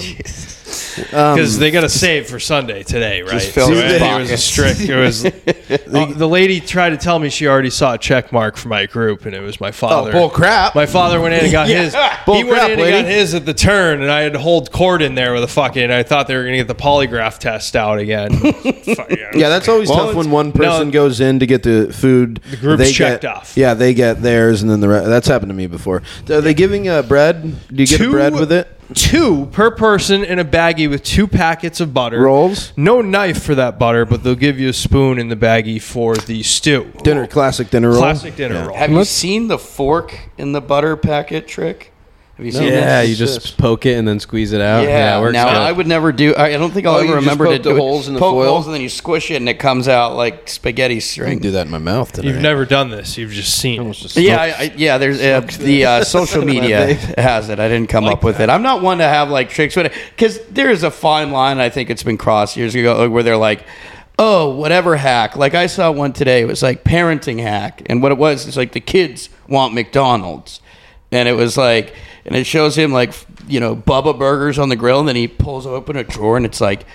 Speaker 3: because they got to save for Sunday today, right?
Speaker 4: Um, fill his
Speaker 3: it was a
Speaker 4: pockets.
Speaker 3: strict. It was uh, the lady tried to tell me she already saw a check mark for my group, and it was my father.
Speaker 1: Oh, bull crap.
Speaker 3: My father went in and got his.
Speaker 1: Bull
Speaker 3: he went
Speaker 1: crap,
Speaker 3: in and
Speaker 1: lady.
Speaker 3: got his at the turn, and I had to hold court in there with a fucking. I thought they were gonna get the polygraph test out again. Fuck,
Speaker 1: Yeah, that's always
Speaker 3: Well,
Speaker 1: tough when
Speaker 3: it's-
Speaker 1: one person
Speaker 3: no.
Speaker 1: goes in to get the food. The
Speaker 3: group's
Speaker 1: they
Speaker 3: checked
Speaker 1: get,
Speaker 3: off.
Speaker 1: Yeah, they get theirs, and then the re- that's happened to me before. Are they giving uh, bread? Do you get
Speaker 3: Two-
Speaker 1: bread with it?
Speaker 3: two per person in a baggie with two packets of butter.
Speaker 1: Rolls?
Speaker 3: No knife for that butter, but they'll give you a spoon in the baggie for the stew.
Speaker 1: Dinner, classic dinner roll.
Speaker 3: Classic dinner roll.
Speaker 4: Have you seen the fork in the butter packet trick? Have you seen that?
Speaker 2: Yeah, you just poke it and then squeeze it out.
Speaker 4: Yeah,
Speaker 2: Oh, Yeah, it works
Speaker 4: now
Speaker 2: good.
Speaker 4: I would never do. I I don't think I'll
Speaker 1: Oh, you
Speaker 4: ever
Speaker 1: just
Speaker 4: remember to
Speaker 1: poke the
Speaker 4: do it.
Speaker 1: holes in the
Speaker 4: poke
Speaker 1: foil?
Speaker 4: holes and then you squish it and it comes out like spaghetti
Speaker 1: I can
Speaker 4: string.
Speaker 1: do that in my mouth tonight.
Speaker 3: You've never done this. You've just seen it.
Speaker 4: Yeah, I, I, yeah. There's uh, the uh, social media has it. I didn't come up with it. I'm not one to have like tricks with it because there is a fine line. I think it's been crossed years ago uh, where they're like, oh, whatever hack. Like I saw one today. It was like parenting hack, and what it was is like the kids want McDonald's, and it was like, and it shows him like you know Bubba burgers on the grill, and then he pulls open a drawer, and it's like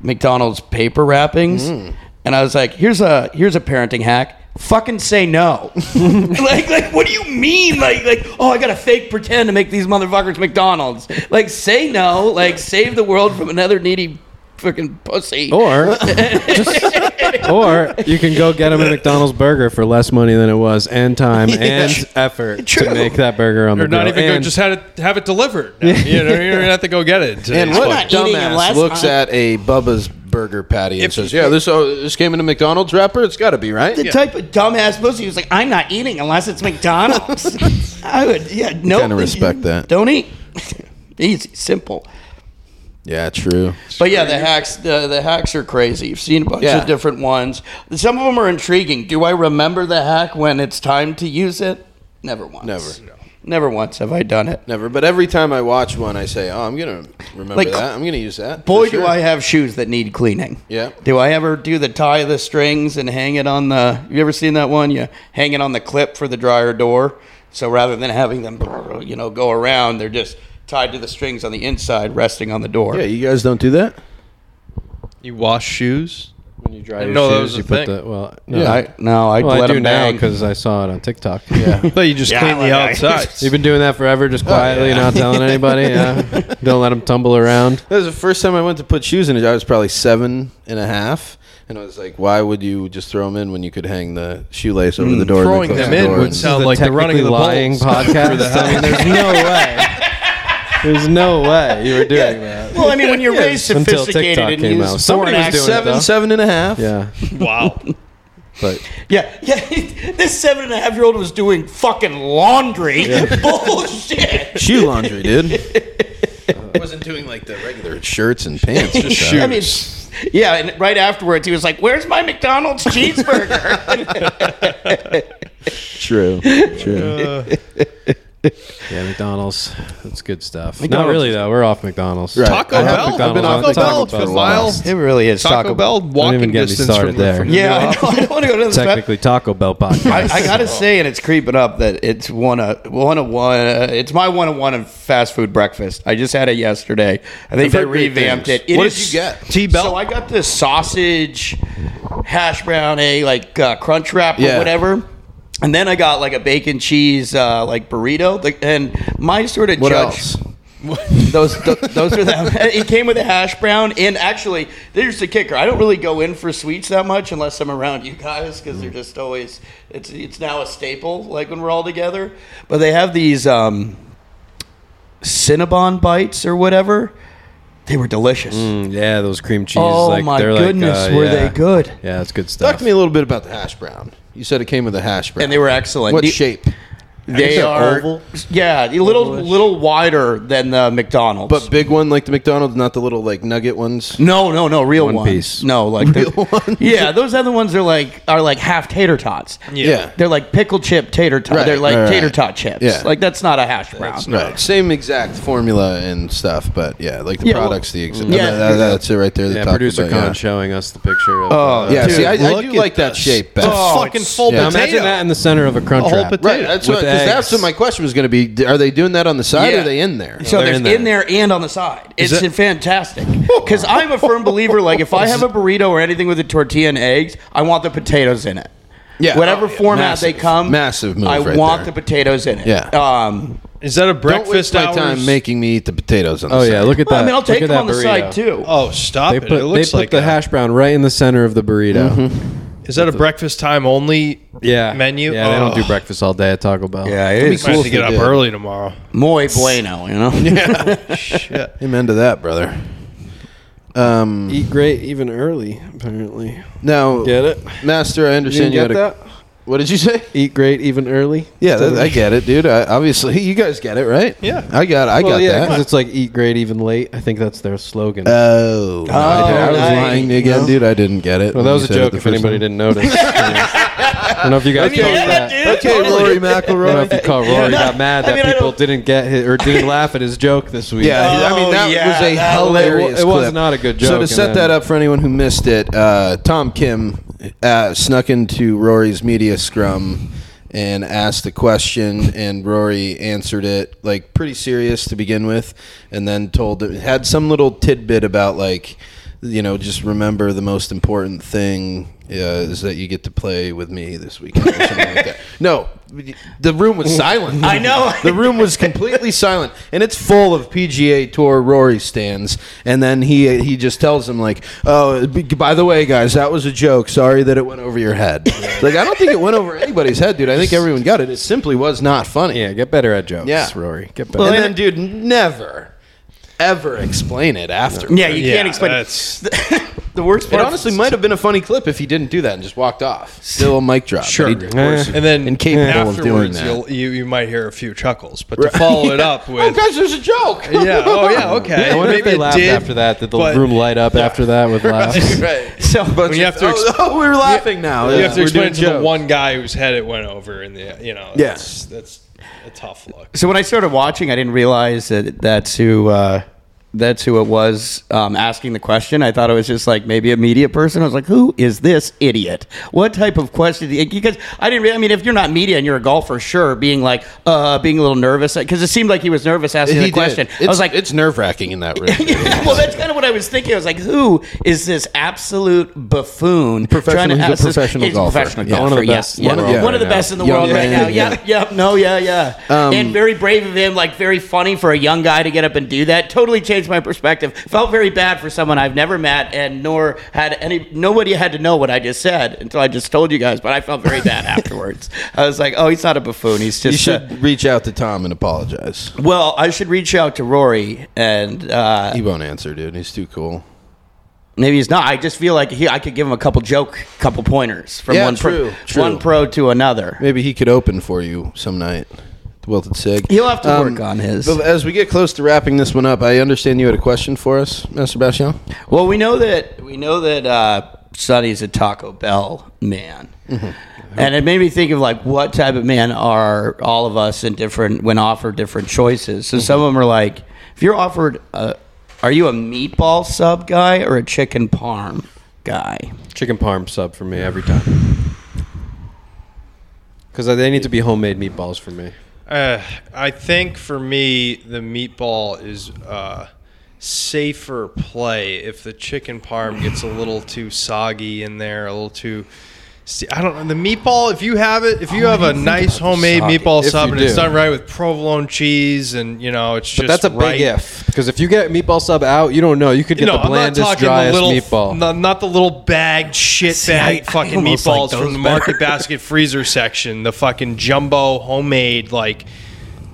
Speaker 4: McDonald's paper wrappings. And I was like, here's a here's a parenting hack. Fucking say no. like, like, what do you mean? Like, like, oh, I gotta fake pretend to make these motherfuckers McDonald's. Like, say no. Like, save the world from another needy fucking pussy.
Speaker 2: Or, just- or you can go get him a McDonald's burger for less money than it was, and time, and effort
Speaker 4: True.
Speaker 2: to make that burger on
Speaker 3: Or
Speaker 2: the grill.
Speaker 3: not even go,
Speaker 2: And-
Speaker 3: just have it, have it delivered. now. you know, you don't have to go get it. today.
Speaker 1: And
Speaker 3: It's
Speaker 1: what
Speaker 3: fine.
Speaker 4: not eating
Speaker 1: dumbass
Speaker 4: unless
Speaker 1: looks
Speaker 4: I-
Speaker 1: at a Bubba's burger patty and
Speaker 3: If-
Speaker 1: says, "Yeah, this oh, this came in a McDonald's wrapper. It's got to be right."
Speaker 4: the type of dumbass pussy who's like, I'm not eating unless it's McDonald's. I would, yeah, no.
Speaker 1: Kinda respect that.
Speaker 4: Don't eat. Easy, simple.
Speaker 1: Yeah, true.
Speaker 4: But yeah, the hacks the, the hacks are crazy. You've seen a bunch
Speaker 1: Yeah.
Speaker 4: of different ones. Some of them are intriguing. Do I remember the hack when it's time to use it? Never once.
Speaker 1: Never.
Speaker 4: Never once have I done it.
Speaker 1: Never. But every time I watch one, I say, "Oh, I'm gonna remember
Speaker 4: Like,
Speaker 1: that. I'm gonna use that." for
Speaker 4: Boy, do
Speaker 1: sure."
Speaker 4: I have shoes that need cleaning.
Speaker 1: Yeah.
Speaker 4: Do I ever do the tie the strings and hang it on the? You ever seen that one? You hang it on the clip for the dryer door. So rather than having them, you know, go around, they're just tied to the strings on the inside, resting on the door.
Speaker 1: Yeah, you guys don't do that.
Speaker 3: You wash shoes?
Speaker 2: when you dry
Speaker 3: I
Speaker 2: your
Speaker 3: know that
Speaker 2: shoes,
Speaker 3: was a
Speaker 2: you put
Speaker 3: thing.
Speaker 2: the well. No,
Speaker 1: Yeah,
Speaker 4: I, no, I
Speaker 2: well,
Speaker 4: let
Speaker 2: I do
Speaker 4: them
Speaker 2: now
Speaker 4: bang.
Speaker 2: because I saw it on TikTok. Yeah,
Speaker 3: But you just clean the
Speaker 4: like I-
Speaker 3: outside.
Speaker 2: you've been doing that forever,
Speaker 4: Oh,
Speaker 2: just quietly, not telling anybody. Yeah, don't let them tumble around.
Speaker 1: That was the first time I went to put shoes in it. I was probably seven and a half, and I was like, "Why would you just throw them in when you could hang the shoelace over the door?" and then
Speaker 3: Throwing
Speaker 1: close
Speaker 3: them
Speaker 1: the
Speaker 3: in
Speaker 1: door
Speaker 3: would
Speaker 1: and-
Speaker 3: sound- like the running of the
Speaker 2: lying
Speaker 3: bulls.
Speaker 2: podcast. I mean, there's no way. There's no way you were doing that.
Speaker 4: Well, I mean, when you're raised
Speaker 2: until
Speaker 4: sophisticated
Speaker 2: TikTok
Speaker 4: and
Speaker 2: came
Speaker 4: use
Speaker 2: out.
Speaker 4: foreign
Speaker 2: Somebody was
Speaker 4: accent-
Speaker 2: doing it,
Speaker 1: seven,
Speaker 2: though.
Speaker 1: seven and a half.
Speaker 2: Yeah,
Speaker 3: wow.
Speaker 2: but
Speaker 4: Yeah, yeah. This seven and a half year old was doing fucking laundry. Bullshit.
Speaker 1: shoe laundry, dude. I wasn't doing like the regular shirts and pants. Just
Speaker 3: shoes.
Speaker 4: I mean, yeah. And right afterwards, he was like, "Where's my McDonald's cheeseburger?"
Speaker 1: True. True.
Speaker 2: yeah, McDonald's. That's good stuff. Not really though. We're off McDonald's.
Speaker 1: Right.
Speaker 3: Taco
Speaker 1: I have
Speaker 3: Bell.
Speaker 2: McDonald's
Speaker 1: I've been
Speaker 2: on
Speaker 1: off
Speaker 3: Taco
Speaker 2: Taco
Speaker 3: Bell
Speaker 1: McDonald's
Speaker 3: for
Speaker 1: for
Speaker 3: a
Speaker 1: the
Speaker 3: while.
Speaker 1: last.
Speaker 4: it really is
Speaker 3: Taco Bell walking
Speaker 2: even get me
Speaker 3: distance
Speaker 2: started
Speaker 3: from the-
Speaker 2: there.
Speaker 3: from the
Speaker 4: Yeah,
Speaker 3: office.
Speaker 4: I, don't, I don't want to go to the
Speaker 2: Technically, Taco Bell podcast.
Speaker 4: I, I gotta say, and it's creeping up that it's one of one of one. Uh, it's my one of one of fast food breakfast. I just had it yesterday. I think they
Speaker 1: heard great
Speaker 4: revamped
Speaker 1: things.
Speaker 4: it. It
Speaker 1: What
Speaker 4: is-
Speaker 1: did you get?
Speaker 3: T-Bell?
Speaker 4: So I got this sausage, hash brown, a like uh, crunch wrap
Speaker 1: Yeah.
Speaker 4: or whatever. And then I got like a bacon cheese uh, like burrito, Like, and my sort of
Speaker 1: What
Speaker 4: judge,
Speaker 1: else?
Speaker 4: those th- those are them. It came with a hash brown, and actually, there's the kicker. I don't really go in for sweets that much unless I'm around you guys because they're just always. It's it's now a staple, like when we're all together. But they have these um, Cinnabon bites or whatever. They were delicious.
Speaker 2: Mm, yeah, those cream cheese.
Speaker 4: Oh
Speaker 2: like,
Speaker 4: my
Speaker 2: they're
Speaker 4: goodness,
Speaker 2: like, uh,
Speaker 4: were
Speaker 2: yeah.
Speaker 4: they good?
Speaker 2: Yeah, it's good stuff.
Speaker 1: Talk to me a little bit about the hash brown. You said it came with a hash brown.
Speaker 4: And they were excellent.
Speaker 1: What
Speaker 4: Do-
Speaker 1: shape?
Speaker 4: They
Speaker 1: they're
Speaker 4: are
Speaker 1: oval?
Speaker 4: yeah, a little little wider than the McDonald's.
Speaker 1: But big one like the McDonald's, not the little like nugget ones.
Speaker 4: No, no, no, real
Speaker 2: One
Speaker 4: ones.
Speaker 2: piece.
Speaker 4: No, like the-
Speaker 1: Real ones?
Speaker 4: Yeah, those other ones are like are like half tater tots.
Speaker 1: Yeah.
Speaker 4: They're like pickle chip tater tot.
Speaker 1: Right,
Speaker 4: They're like
Speaker 1: right, right.
Speaker 4: tater tot chips.
Speaker 1: Yeah.
Speaker 4: Like that's not a hash brown.
Speaker 1: Right. Same exact formula and stuff, but yeah, like the
Speaker 4: Yeah, well-
Speaker 1: products, the exact.
Speaker 4: Yeah.
Speaker 1: that's it right there.
Speaker 2: yeah,
Speaker 1: the
Speaker 2: producer Khan
Speaker 1: about, yeah.
Speaker 2: showing us the picture. Of,
Speaker 4: Oh,
Speaker 1: Yeah, see, I, I
Speaker 3: Look
Speaker 1: do
Speaker 3: at
Speaker 1: like that
Speaker 3: this.
Speaker 1: shape
Speaker 3: It's
Speaker 1: better.
Speaker 3: a fucking full
Speaker 1: Yeah.
Speaker 2: Now
Speaker 3: potato.
Speaker 2: imagine that in the center of a crunch
Speaker 3: whole
Speaker 2: wrap.
Speaker 3: potato.
Speaker 1: Right, that's
Speaker 2: With
Speaker 1: what, 'cause that's
Speaker 2: eggs.
Speaker 1: what my question was going to be. D- Are they doing that on the side or
Speaker 4: Yeah.
Speaker 1: are they in there?
Speaker 4: So
Speaker 2: They're
Speaker 4: they're
Speaker 2: in
Speaker 4: in
Speaker 2: there.
Speaker 4: there. and on the side. It's
Speaker 2: that-
Speaker 4: fantastic. Because I'm a firm believer. Like if I have a burrito or anything with a tortilla and eggs, I want the potatoes in it.
Speaker 1: Yeah.
Speaker 4: Whatever
Speaker 1: Oh, yeah.
Speaker 4: format they
Speaker 1: Massive,
Speaker 4: come,
Speaker 1: massive move
Speaker 4: I
Speaker 1: right
Speaker 4: want
Speaker 1: there.
Speaker 4: the potatoes in it.
Speaker 1: Yeah.
Speaker 4: Um,
Speaker 3: Is that a
Speaker 1: Don't waste
Speaker 3: breakfast
Speaker 1: my
Speaker 3: hours?
Speaker 1: time making me eat the potatoes on the
Speaker 2: Oh
Speaker 1: side.
Speaker 2: yeah, look at that.
Speaker 4: well, I mean, I'll
Speaker 2: Look
Speaker 4: take
Speaker 2: at
Speaker 4: them
Speaker 2: that
Speaker 4: on the
Speaker 2: burrito.
Speaker 4: side too.
Speaker 3: Oh, stop
Speaker 2: They
Speaker 3: it! It
Speaker 2: put, they
Speaker 3: looks
Speaker 2: put
Speaker 3: like
Speaker 2: the
Speaker 3: a-
Speaker 4: Mm-hmm.
Speaker 2: hash brown right in the center of the burrito.
Speaker 3: Is that a breakfast time only?
Speaker 2: yeah
Speaker 3: Menu.
Speaker 2: Yeah, they don't do
Speaker 3: Oh,
Speaker 2: breakfast all day at Taco Bell.
Speaker 4: Yeah, it
Speaker 3: It'd
Speaker 4: is.
Speaker 3: be nice
Speaker 1: cool
Speaker 3: to
Speaker 1: if
Speaker 3: get
Speaker 1: they did.
Speaker 3: up early tomorrow.
Speaker 4: Muy bueno, you know.
Speaker 3: Shit.
Speaker 1: Amen to that, brother. Um,
Speaker 6: Eat great even early, apparently.
Speaker 1: now,
Speaker 6: Get it?
Speaker 1: Master, I understand you,
Speaker 6: get
Speaker 1: had a.
Speaker 6: that?
Speaker 1: What did you say?
Speaker 6: Eat great even early.
Speaker 1: Yeah, that, I get it, dude. I, obviously, you guys get it, right?
Speaker 3: Yeah.
Speaker 1: I got. I
Speaker 6: well,
Speaker 1: got
Speaker 6: yeah, because
Speaker 1: that.
Speaker 6: it's like eat great even late. I think that's their slogan.
Speaker 1: Oh, no, I, did- I was
Speaker 4: nice.
Speaker 1: lying again, dude. I didn't get it.
Speaker 2: Well, that was a joke. If anybody didn't notice, I don't know if you guys caught that.
Speaker 1: Okay, Rory McIlroy.
Speaker 2: I don't know if you caught Rory got mad
Speaker 4: I
Speaker 2: that
Speaker 4: mean, I
Speaker 2: people
Speaker 4: don't-
Speaker 2: didn't get his, or didn't laugh at his joke this week.
Speaker 1: Yeah, I mean
Speaker 4: Oh,
Speaker 1: that
Speaker 4: yeah,
Speaker 1: was a
Speaker 4: that was-
Speaker 1: hilarious.
Speaker 2: it was
Speaker 1: clip.
Speaker 2: not a good
Speaker 1: So
Speaker 2: joke,
Speaker 1: to
Speaker 2: and
Speaker 1: set
Speaker 2: then-
Speaker 1: that up for anyone who missed it, uh, Tom Kim uh, snuck into Rory's media scrum and asked a question, and Rory answered it like pretty serious to begin with, and then told had some little tidbit about like you know just remember the most important thing. Uh, is that you get to play with me this weekend or something like that? No, the room was silent.
Speaker 4: I know.
Speaker 1: The room was completely silent, and it's full of PGA Tour Rory stands. And then he he just tells them like, "Oh, b- by the way, guys, that was a joke. Sorry that it went over your head." like, I don't think it went over anybody's head, dude. I think everyone got it. It simply was not funny.
Speaker 2: yeah, get better at jokes,
Speaker 1: Yeah.
Speaker 2: Rory. Get better.
Speaker 1: And then, dude, never, ever explain it after.
Speaker 4: yeah, you
Speaker 3: Yeah,
Speaker 4: can't explain it.
Speaker 3: that's-
Speaker 4: The worst
Speaker 1: It
Speaker 4: part
Speaker 1: honestly might have been a funny clip if he didn't do that and just walked off. Still a mic drop. but
Speaker 3: Sure.
Speaker 1: he-
Speaker 3: And then
Speaker 1: Incapable of doing
Speaker 3: afterwards,
Speaker 1: that.
Speaker 3: you'll- You, you might hear a few chuckles, but to follow it up
Speaker 1: Oh,
Speaker 3: with,
Speaker 1: guys, there's a joke.
Speaker 3: yeah, oh yeah, okay.
Speaker 2: I wonder if
Speaker 3: Maybe
Speaker 2: they
Speaker 3: it
Speaker 2: laughed
Speaker 3: did,
Speaker 2: after that. Did the
Speaker 3: but
Speaker 2: room light up after that with laughs?
Speaker 1: right.
Speaker 4: So,
Speaker 3: When you have to, ex-
Speaker 1: oh, oh, we're laughing now.
Speaker 3: you have to
Speaker 1: We're
Speaker 3: explain it to
Speaker 1: doing
Speaker 3: the
Speaker 1: jokes.
Speaker 3: one guy whose head it went over, and the you know,
Speaker 1: Yeah.
Speaker 3: that's that's a tough look.
Speaker 4: so when I started watching, I didn't realize that that's who uh, that's who it was um, asking the question. I thought it was just like maybe a media person. I was like, "Who is this idiot? What type of question?" Because I didn't. Really, I mean, if you're not media and you're a golfer, sure, being like uh, being a little nervous because it seemed like he was nervous asking
Speaker 1: He
Speaker 4: the
Speaker 1: did.
Speaker 4: question.
Speaker 1: It's,
Speaker 4: I was like,
Speaker 1: it's nerve wracking in that room.
Speaker 4: well, that's kind of what I was thinking. I was like, "Who is this absolute buffoon trying to
Speaker 1: Professional- he's a
Speaker 4: ask this-
Speaker 1: professional
Speaker 4: he's a
Speaker 1: golfer.
Speaker 4: Professional
Speaker 1: Yeah.
Speaker 4: golfer,
Speaker 1: One
Speaker 2: of the
Speaker 4: yeah,
Speaker 2: best in
Speaker 4: yeah.
Speaker 2: the
Speaker 1: world
Speaker 4: One of the
Speaker 1: right
Speaker 4: best
Speaker 1: now.
Speaker 4: in the
Speaker 1: Yeah,
Speaker 4: world
Speaker 1: yeah,
Speaker 4: right
Speaker 1: yeah,
Speaker 4: now.
Speaker 1: yeah.
Speaker 4: Yeah, yeah, no, yeah, yeah."
Speaker 1: Um,
Speaker 4: and very brave of him, like very funny for a young guy to get up and do that. Totally changed my perspective. Felt very bad for someone I've never met, and nor had any nobody had to know what I just said until I just told you guys. But I felt very bad afterwards. I was like, "Oh, he's not a buffoon. He's
Speaker 1: You
Speaker 4: just." a-
Speaker 1: should reach out to Tom and apologize.
Speaker 4: well, I should reach out to Rory and uh,
Speaker 1: He won't answer, dude. He's too cool.
Speaker 4: Maybe he's not. I just feel like he, I could give him a couple joke, couple pointers from
Speaker 1: Yeah,
Speaker 4: one
Speaker 1: true,
Speaker 4: pro,
Speaker 1: true.
Speaker 4: one pro to another.
Speaker 1: Maybe he could open for you some night. The Wilted Sig. Um,
Speaker 4: He'll have to work on his.
Speaker 1: But as we get close to wrapping this one up, I understand you had a question for us, Master Bastian.
Speaker 4: Well, we know that we know that uh, Sonny's a Taco Bell man,
Speaker 1: Mm-hmm.
Speaker 4: and it made me think of like what type of man are all of us in different when offered different choices.
Speaker 1: Mm-hmm.
Speaker 4: So some of them are like, if you're offered, a, are you a meatball sub guy or a chicken parm guy?
Speaker 2: Chicken parm sub for me every time. Because they need to be homemade meatballs for me.
Speaker 3: Uh, I think for me, the meatball is uh, safer play if the chicken parm gets a little too soggy in there, a little too. See, I don't know. The meatball, if you have it, if you have a nice homemade
Speaker 2: soggy.
Speaker 3: meatball
Speaker 2: If
Speaker 3: sub
Speaker 2: you
Speaker 3: and it's
Speaker 2: do.
Speaker 3: done right with provolone cheese and, you know, it's
Speaker 2: But
Speaker 3: just.
Speaker 2: that's a big
Speaker 3: right.
Speaker 2: if. Because if you get meatball sub out, you don't know. You could get
Speaker 3: No,
Speaker 2: the
Speaker 3: I'm not
Speaker 2: blandest,
Speaker 3: talking
Speaker 2: driest
Speaker 3: the little,
Speaker 2: meatball.
Speaker 3: no- not the little bag shit bag
Speaker 4: I- I
Speaker 3: fucking
Speaker 4: almost like
Speaker 3: meatballs
Speaker 4: those
Speaker 3: from the
Speaker 4: better.
Speaker 3: market basket freezer section. The fucking jumbo homemade, like,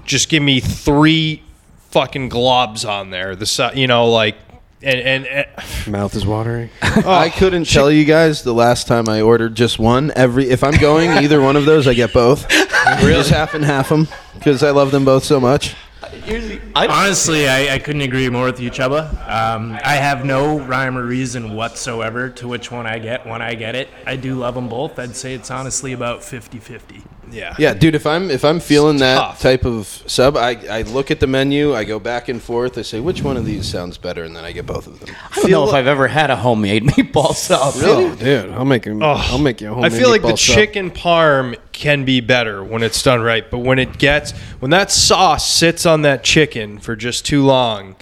Speaker 3: just give me three fucking globs on there. The si- you know like. And, and, and
Speaker 2: Mouth is watering.
Speaker 1: I couldn't tell you guys the last time I ordered just one. Every if I'm going either one of those, I get both. Just half and half them because I love them both so much.
Speaker 5: Honestly, I, I couldn't agree more with you, Chuba. Um, I have no rhyme or reason whatsoever to which one I get when I get it. I do love them both. I'd say it's honestly about 50 50.
Speaker 3: yeah,
Speaker 1: Yeah, dude. If I'm if I'm feeling that
Speaker 3: tough.
Speaker 1: type of sub, I, I look at the menu, I go back and forth, I say which one of these sounds better, and then I get both of them.
Speaker 4: I don't know if I've ever had a homemade meatball sub.
Speaker 2: Oh, dude, I'll make you. I'll make you a
Speaker 3: I
Speaker 2: homemade
Speaker 3: feel like the
Speaker 2: meatball sub.
Speaker 3: chicken parm can be better when it's done right, but when it gets when that sauce sits on that chicken for just too long,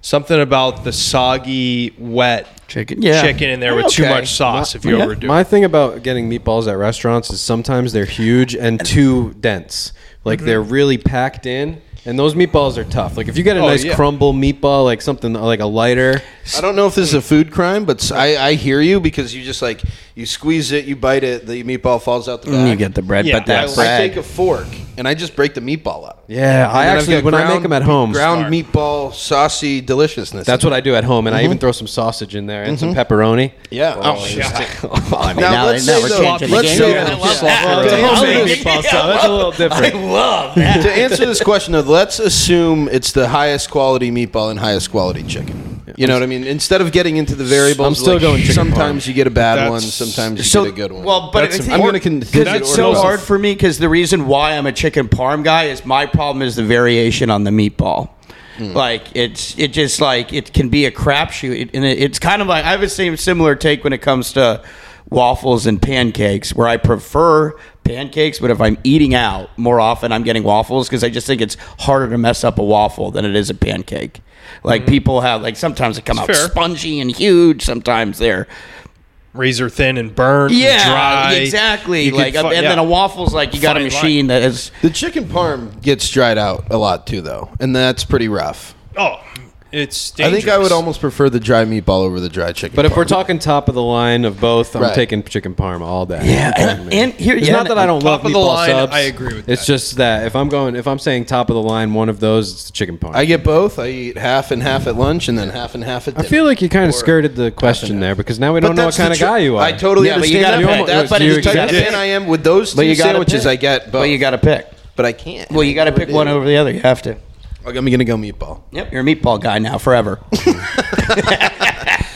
Speaker 3: something about the soggy, wet
Speaker 4: Chicken, yeah. Oh,
Speaker 3: chicken in there with too
Speaker 4: Okay.
Speaker 3: much sauce if you
Speaker 4: yeah.
Speaker 3: overdo. it.
Speaker 2: My thing about getting meatballs at restaurants is sometimes they're huge and too dense. Like they're really packed in. And those meatballs are tough. Like if you get a
Speaker 3: Mm-hmm. Oh,
Speaker 2: nice
Speaker 3: yeah.
Speaker 2: crumble meatball, like something like a lighter,
Speaker 1: I don't know if this is a food crime, but s- I, I hear you because you just like you squeeze it, you bite it, the meatball falls out the
Speaker 2: Mm,
Speaker 1: back.
Speaker 4: And you get the bread,
Speaker 3: Yeah,
Speaker 4: but that
Speaker 1: I, I
Speaker 4: bread.
Speaker 1: take a fork and I just break the meatball up.
Speaker 2: yeah, I
Speaker 1: And then I've
Speaker 2: actually
Speaker 1: got
Speaker 2: when I make
Speaker 1: ground-
Speaker 2: them at home,
Speaker 1: ground meatball saucy deliciousness.
Speaker 2: that's what I do at home,
Speaker 4: Mm-hmm.
Speaker 2: and I even throw some sausage in there and some
Speaker 3: Mm-hmm.
Speaker 2: pepperoni.
Speaker 1: yeah. Oh,
Speaker 4: I mean,
Speaker 1: Now,
Speaker 4: now,
Speaker 1: let's
Speaker 4: now
Speaker 1: say
Speaker 4: we're
Speaker 1: though-
Speaker 4: changing the
Speaker 1: let's
Speaker 4: game.
Speaker 1: say
Speaker 4: Yeah.
Speaker 1: though-
Speaker 4: Yeah.
Speaker 1: Yeah.
Speaker 4: Yeah.
Speaker 1: Yeah.
Speaker 4: Yeah.
Speaker 1: Yeah.
Speaker 4: Yeah.
Speaker 2: that's a little different.
Speaker 4: love that.
Speaker 1: to answer this question, though, let's assume it's the highest quality meatball and highest quality chicken. You know what I mean? Instead of getting into the variables,
Speaker 2: I'm still
Speaker 1: like,
Speaker 2: going chicken
Speaker 1: Sometimes you get a bad
Speaker 3: That's-
Speaker 1: one, sometimes you
Speaker 4: So,
Speaker 1: get a good one.
Speaker 4: well, but
Speaker 3: That's
Speaker 4: I think
Speaker 1: I'm going to continue.
Speaker 4: Because
Speaker 1: to
Speaker 4: it's
Speaker 1: order
Speaker 4: so
Speaker 1: those.
Speaker 4: hard for me. Because the reason why I'm a chicken parm guy is my problem is the variation on the meatball. Like it's it just like it can be a crapshoot, and it, it's kind of like I have the same similar take when it comes to waffles and pancakes, where I prefer pancakes, but if I'm eating out more often, I'm getting waffles because I just think it's harder to mess up a waffle than it is a pancake. Like people have like sometimes they come out
Speaker 3: fair.
Speaker 4: spongy and huge, sometimes they're
Speaker 3: razor thin and burnt, and
Speaker 4: yeah,
Speaker 3: dry.
Speaker 4: exactly.
Speaker 3: You can
Speaker 4: Like,
Speaker 3: fu-
Speaker 4: and then
Speaker 3: yeah.
Speaker 4: a waffle's like you got a
Speaker 3: Fine line.
Speaker 4: machine that is.
Speaker 1: The chicken parm gets dried out a lot too, though, and that's pretty rough.
Speaker 3: Oh, it's.
Speaker 1: I think I would
Speaker 3: dangerous.
Speaker 1: almost prefer the dry meatball over the dry chicken.
Speaker 2: But if
Speaker 1: parm.
Speaker 2: we're talking top of the line of both, I'm
Speaker 1: Right.
Speaker 2: taking chicken parm all day.
Speaker 4: Yeah, and-
Speaker 2: Pardon me.
Speaker 4: and here-
Speaker 2: it's
Speaker 4: yeah,
Speaker 2: not that I don't
Speaker 3: top
Speaker 2: love
Speaker 3: of the
Speaker 2: meatball
Speaker 3: line,
Speaker 2: subs.
Speaker 3: I agree with
Speaker 2: It's
Speaker 3: that.
Speaker 2: just that if I'm going, if I'm saying top of the line, one of those, it's the chicken parm.
Speaker 1: I get both. I eat half and half at lunch, and then half and half at
Speaker 2: I
Speaker 1: dinner.
Speaker 2: feel like you kind of skirted the question there because now we don't know what
Speaker 1: that's the
Speaker 2: kind of
Speaker 1: tr-
Speaker 2: guy you are.
Speaker 1: I totally
Speaker 4: Yeah, but you
Speaker 1: understand
Speaker 4: gotta
Speaker 1: that.
Speaker 4: pick.
Speaker 1: That's
Speaker 4: But
Speaker 1: the
Speaker 4: you
Speaker 1: type of
Speaker 4: gotta
Speaker 1: fan I am with those
Speaker 4: But
Speaker 1: two
Speaker 4: you gotta
Speaker 1: sandwiches.
Speaker 4: pick.
Speaker 1: I get, both.
Speaker 4: But you got to pick.
Speaker 1: but I can't.
Speaker 4: Well, you got to pick one over the other. You have to.
Speaker 1: I'm gonna go meatball.
Speaker 4: Yep, you're a meatball guy now forever.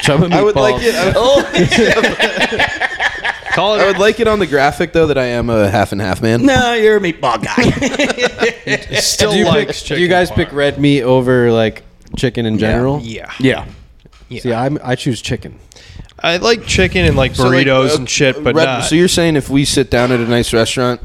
Speaker 2: Chubba
Speaker 1: I would
Speaker 2: meatballs.
Speaker 1: like it. I would,
Speaker 3: Call it
Speaker 1: I would like it on the graphic though that I am a half and half man.
Speaker 4: no, you're a meatball guy.
Speaker 3: still
Speaker 2: do you, pick-
Speaker 3: likes
Speaker 2: do
Speaker 3: chicken
Speaker 2: you guys
Speaker 3: parm.
Speaker 2: pick red meat over like chicken in general?
Speaker 3: Yeah.
Speaker 4: yeah.
Speaker 2: See, I'm, I choose chicken.
Speaker 3: I like chicken and like burritos
Speaker 1: So, like, uh,
Speaker 3: and shit, but
Speaker 1: red-
Speaker 3: not.
Speaker 1: So you're saying if we sit down at a nice restaurant,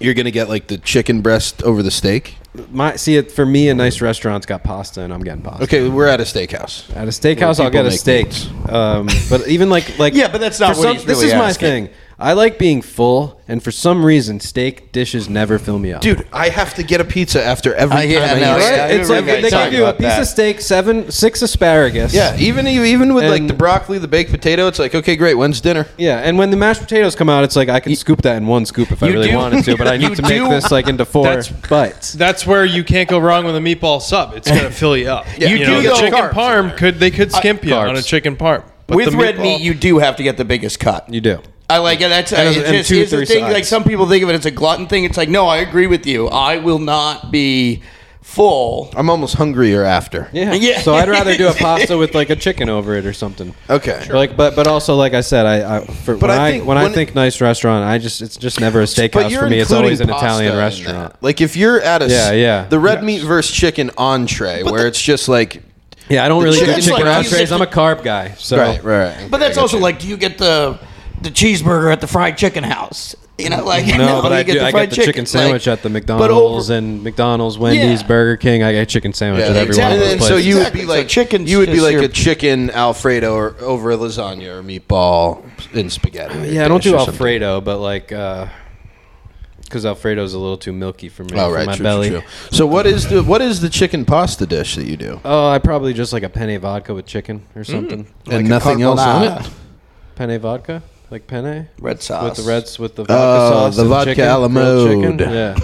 Speaker 1: you're gonna get like the chicken breast over the steak?
Speaker 2: My see it for me. A nice restaurant's got pasta, and I'm getting pasta.
Speaker 1: Okay, we're at a steakhouse.
Speaker 2: At a steakhouse,
Speaker 1: Where
Speaker 2: I'll
Speaker 1: people
Speaker 2: get a
Speaker 1: make
Speaker 2: steak.
Speaker 1: meats.
Speaker 2: Um, but even like like
Speaker 4: Yeah, but that's not
Speaker 2: for
Speaker 4: what he's
Speaker 2: This
Speaker 4: really
Speaker 2: is my
Speaker 4: asking.
Speaker 2: thing. I like being full, and for some reason, steak dishes never fill me up.
Speaker 1: Dude, I have to get a pizza after every
Speaker 4: I- yeah,
Speaker 1: time. I
Speaker 4: no,
Speaker 1: eat
Speaker 4: yeah.
Speaker 1: steak.
Speaker 4: I
Speaker 2: Right? it's like
Speaker 4: remember
Speaker 2: they
Speaker 4: you
Speaker 2: give
Speaker 4: talking
Speaker 2: you a
Speaker 4: about
Speaker 2: piece
Speaker 4: that.
Speaker 2: of steak, seven, six asparagus.
Speaker 1: Yeah, even even with like
Speaker 2: And-
Speaker 1: the broccoli, the baked potato, it's like okay, great. When's dinner?
Speaker 2: yeah. And when the mashed potatoes come out, it's like I can scoop that in one scoop if I
Speaker 4: you
Speaker 2: really
Speaker 4: do-
Speaker 2: wanted to, but I
Speaker 4: you
Speaker 2: need to make
Speaker 4: do-
Speaker 2: this like into four
Speaker 3: That's-
Speaker 2: bites.
Speaker 3: that's where you can't go wrong with a meatball sub. It's gonna fill you up.
Speaker 1: Yeah,
Speaker 3: you,
Speaker 1: you
Speaker 3: know,
Speaker 1: do
Speaker 3: the
Speaker 1: get
Speaker 3: chicken
Speaker 1: carbs.
Speaker 3: parm could they could skimp you on
Speaker 2: carbs.
Speaker 3: a chicken parm. But
Speaker 4: With
Speaker 3: the
Speaker 4: red
Speaker 3: meatball-
Speaker 4: meat, you do have to get the biggest cut.
Speaker 2: You do.
Speaker 4: I like it. That's
Speaker 2: And-
Speaker 4: it
Speaker 2: and
Speaker 4: just
Speaker 2: two,
Speaker 4: is the
Speaker 2: three
Speaker 4: thing.
Speaker 2: sides.
Speaker 4: Like some people think of it as a glutton thing. It's like, no, I agree with you. I will not be full.
Speaker 1: I'm almost hungrier after.
Speaker 2: Yeah.
Speaker 4: Yeah.
Speaker 2: So I'd rather do a pasta with like a chicken over it or something.
Speaker 1: Okay.
Speaker 2: Or Like, but but also, like I said, I, I for,
Speaker 1: But
Speaker 2: when
Speaker 1: I
Speaker 2: I,
Speaker 1: think
Speaker 2: when I
Speaker 1: when it-
Speaker 2: think nice restaurant, I just it's just never a
Speaker 1: But
Speaker 2: steakhouse
Speaker 1: you're
Speaker 2: for me. It's
Speaker 1: including
Speaker 2: always an
Speaker 1: pasta
Speaker 2: Italian
Speaker 1: in that.
Speaker 2: restaurant.
Speaker 1: Like if you're at a s-
Speaker 2: Yeah, yeah.
Speaker 1: the red meat versus chicken entree, where it's just like
Speaker 2: Yeah, I don't really do
Speaker 1: chicken's
Speaker 2: chicken
Speaker 1: like-
Speaker 2: entrees. I'm a carb guy, so
Speaker 1: right, right. right.
Speaker 4: But that's
Speaker 1: I
Speaker 4: also
Speaker 1: gotcha.
Speaker 4: like, do you get the the cheeseburger at the fried chicken house? You know, like
Speaker 2: No, but
Speaker 4: you
Speaker 2: I do. I get the chicken, sandwich
Speaker 4: Like,
Speaker 2: at the McDonald's
Speaker 4: over-
Speaker 2: and McDonald's, Wendy's,
Speaker 4: Yeah.
Speaker 2: Burger King. I get chicken sandwich
Speaker 1: Yeah,
Speaker 2: at every
Speaker 1: exactly.
Speaker 2: one of
Speaker 1: And
Speaker 2: those
Speaker 1: so
Speaker 2: places.
Speaker 1: you would
Speaker 4: Exactly.
Speaker 1: be
Speaker 4: So
Speaker 1: like
Speaker 4: chicken's
Speaker 1: You would be
Speaker 4: just
Speaker 1: like
Speaker 4: your-
Speaker 1: a chicken Alfredo or over a lasagna or meatball and spaghetti. or
Speaker 2: yeah, I don't
Speaker 1: dish
Speaker 2: do
Speaker 1: or something.
Speaker 2: Alfredo, but like because Alfredo's a little too milky for me.
Speaker 1: Oh
Speaker 2: for
Speaker 1: right,
Speaker 2: my
Speaker 1: true,
Speaker 2: belly.
Speaker 1: true, true. So what is the what is the chicken pasta dish that you do?
Speaker 2: Oh, I probably just like a penne vodka with chicken
Speaker 1: Mm.
Speaker 2: or something.
Speaker 1: and nothing else on it.
Speaker 2: Penne vodka, like penne.
Speaker 4: red sauce
Speaker 2: with the reds with the vodka
Speaker 1: Oh,
Speaker 2: sauce,
Speaker 1: the
Speaker 2: and
Speaker 1: vodka
Speaker 2: chicken,
Speaker 1: a la
Speaker 2: grilled
Speaker 1: mode.
Speaker 2: chicken, yeah,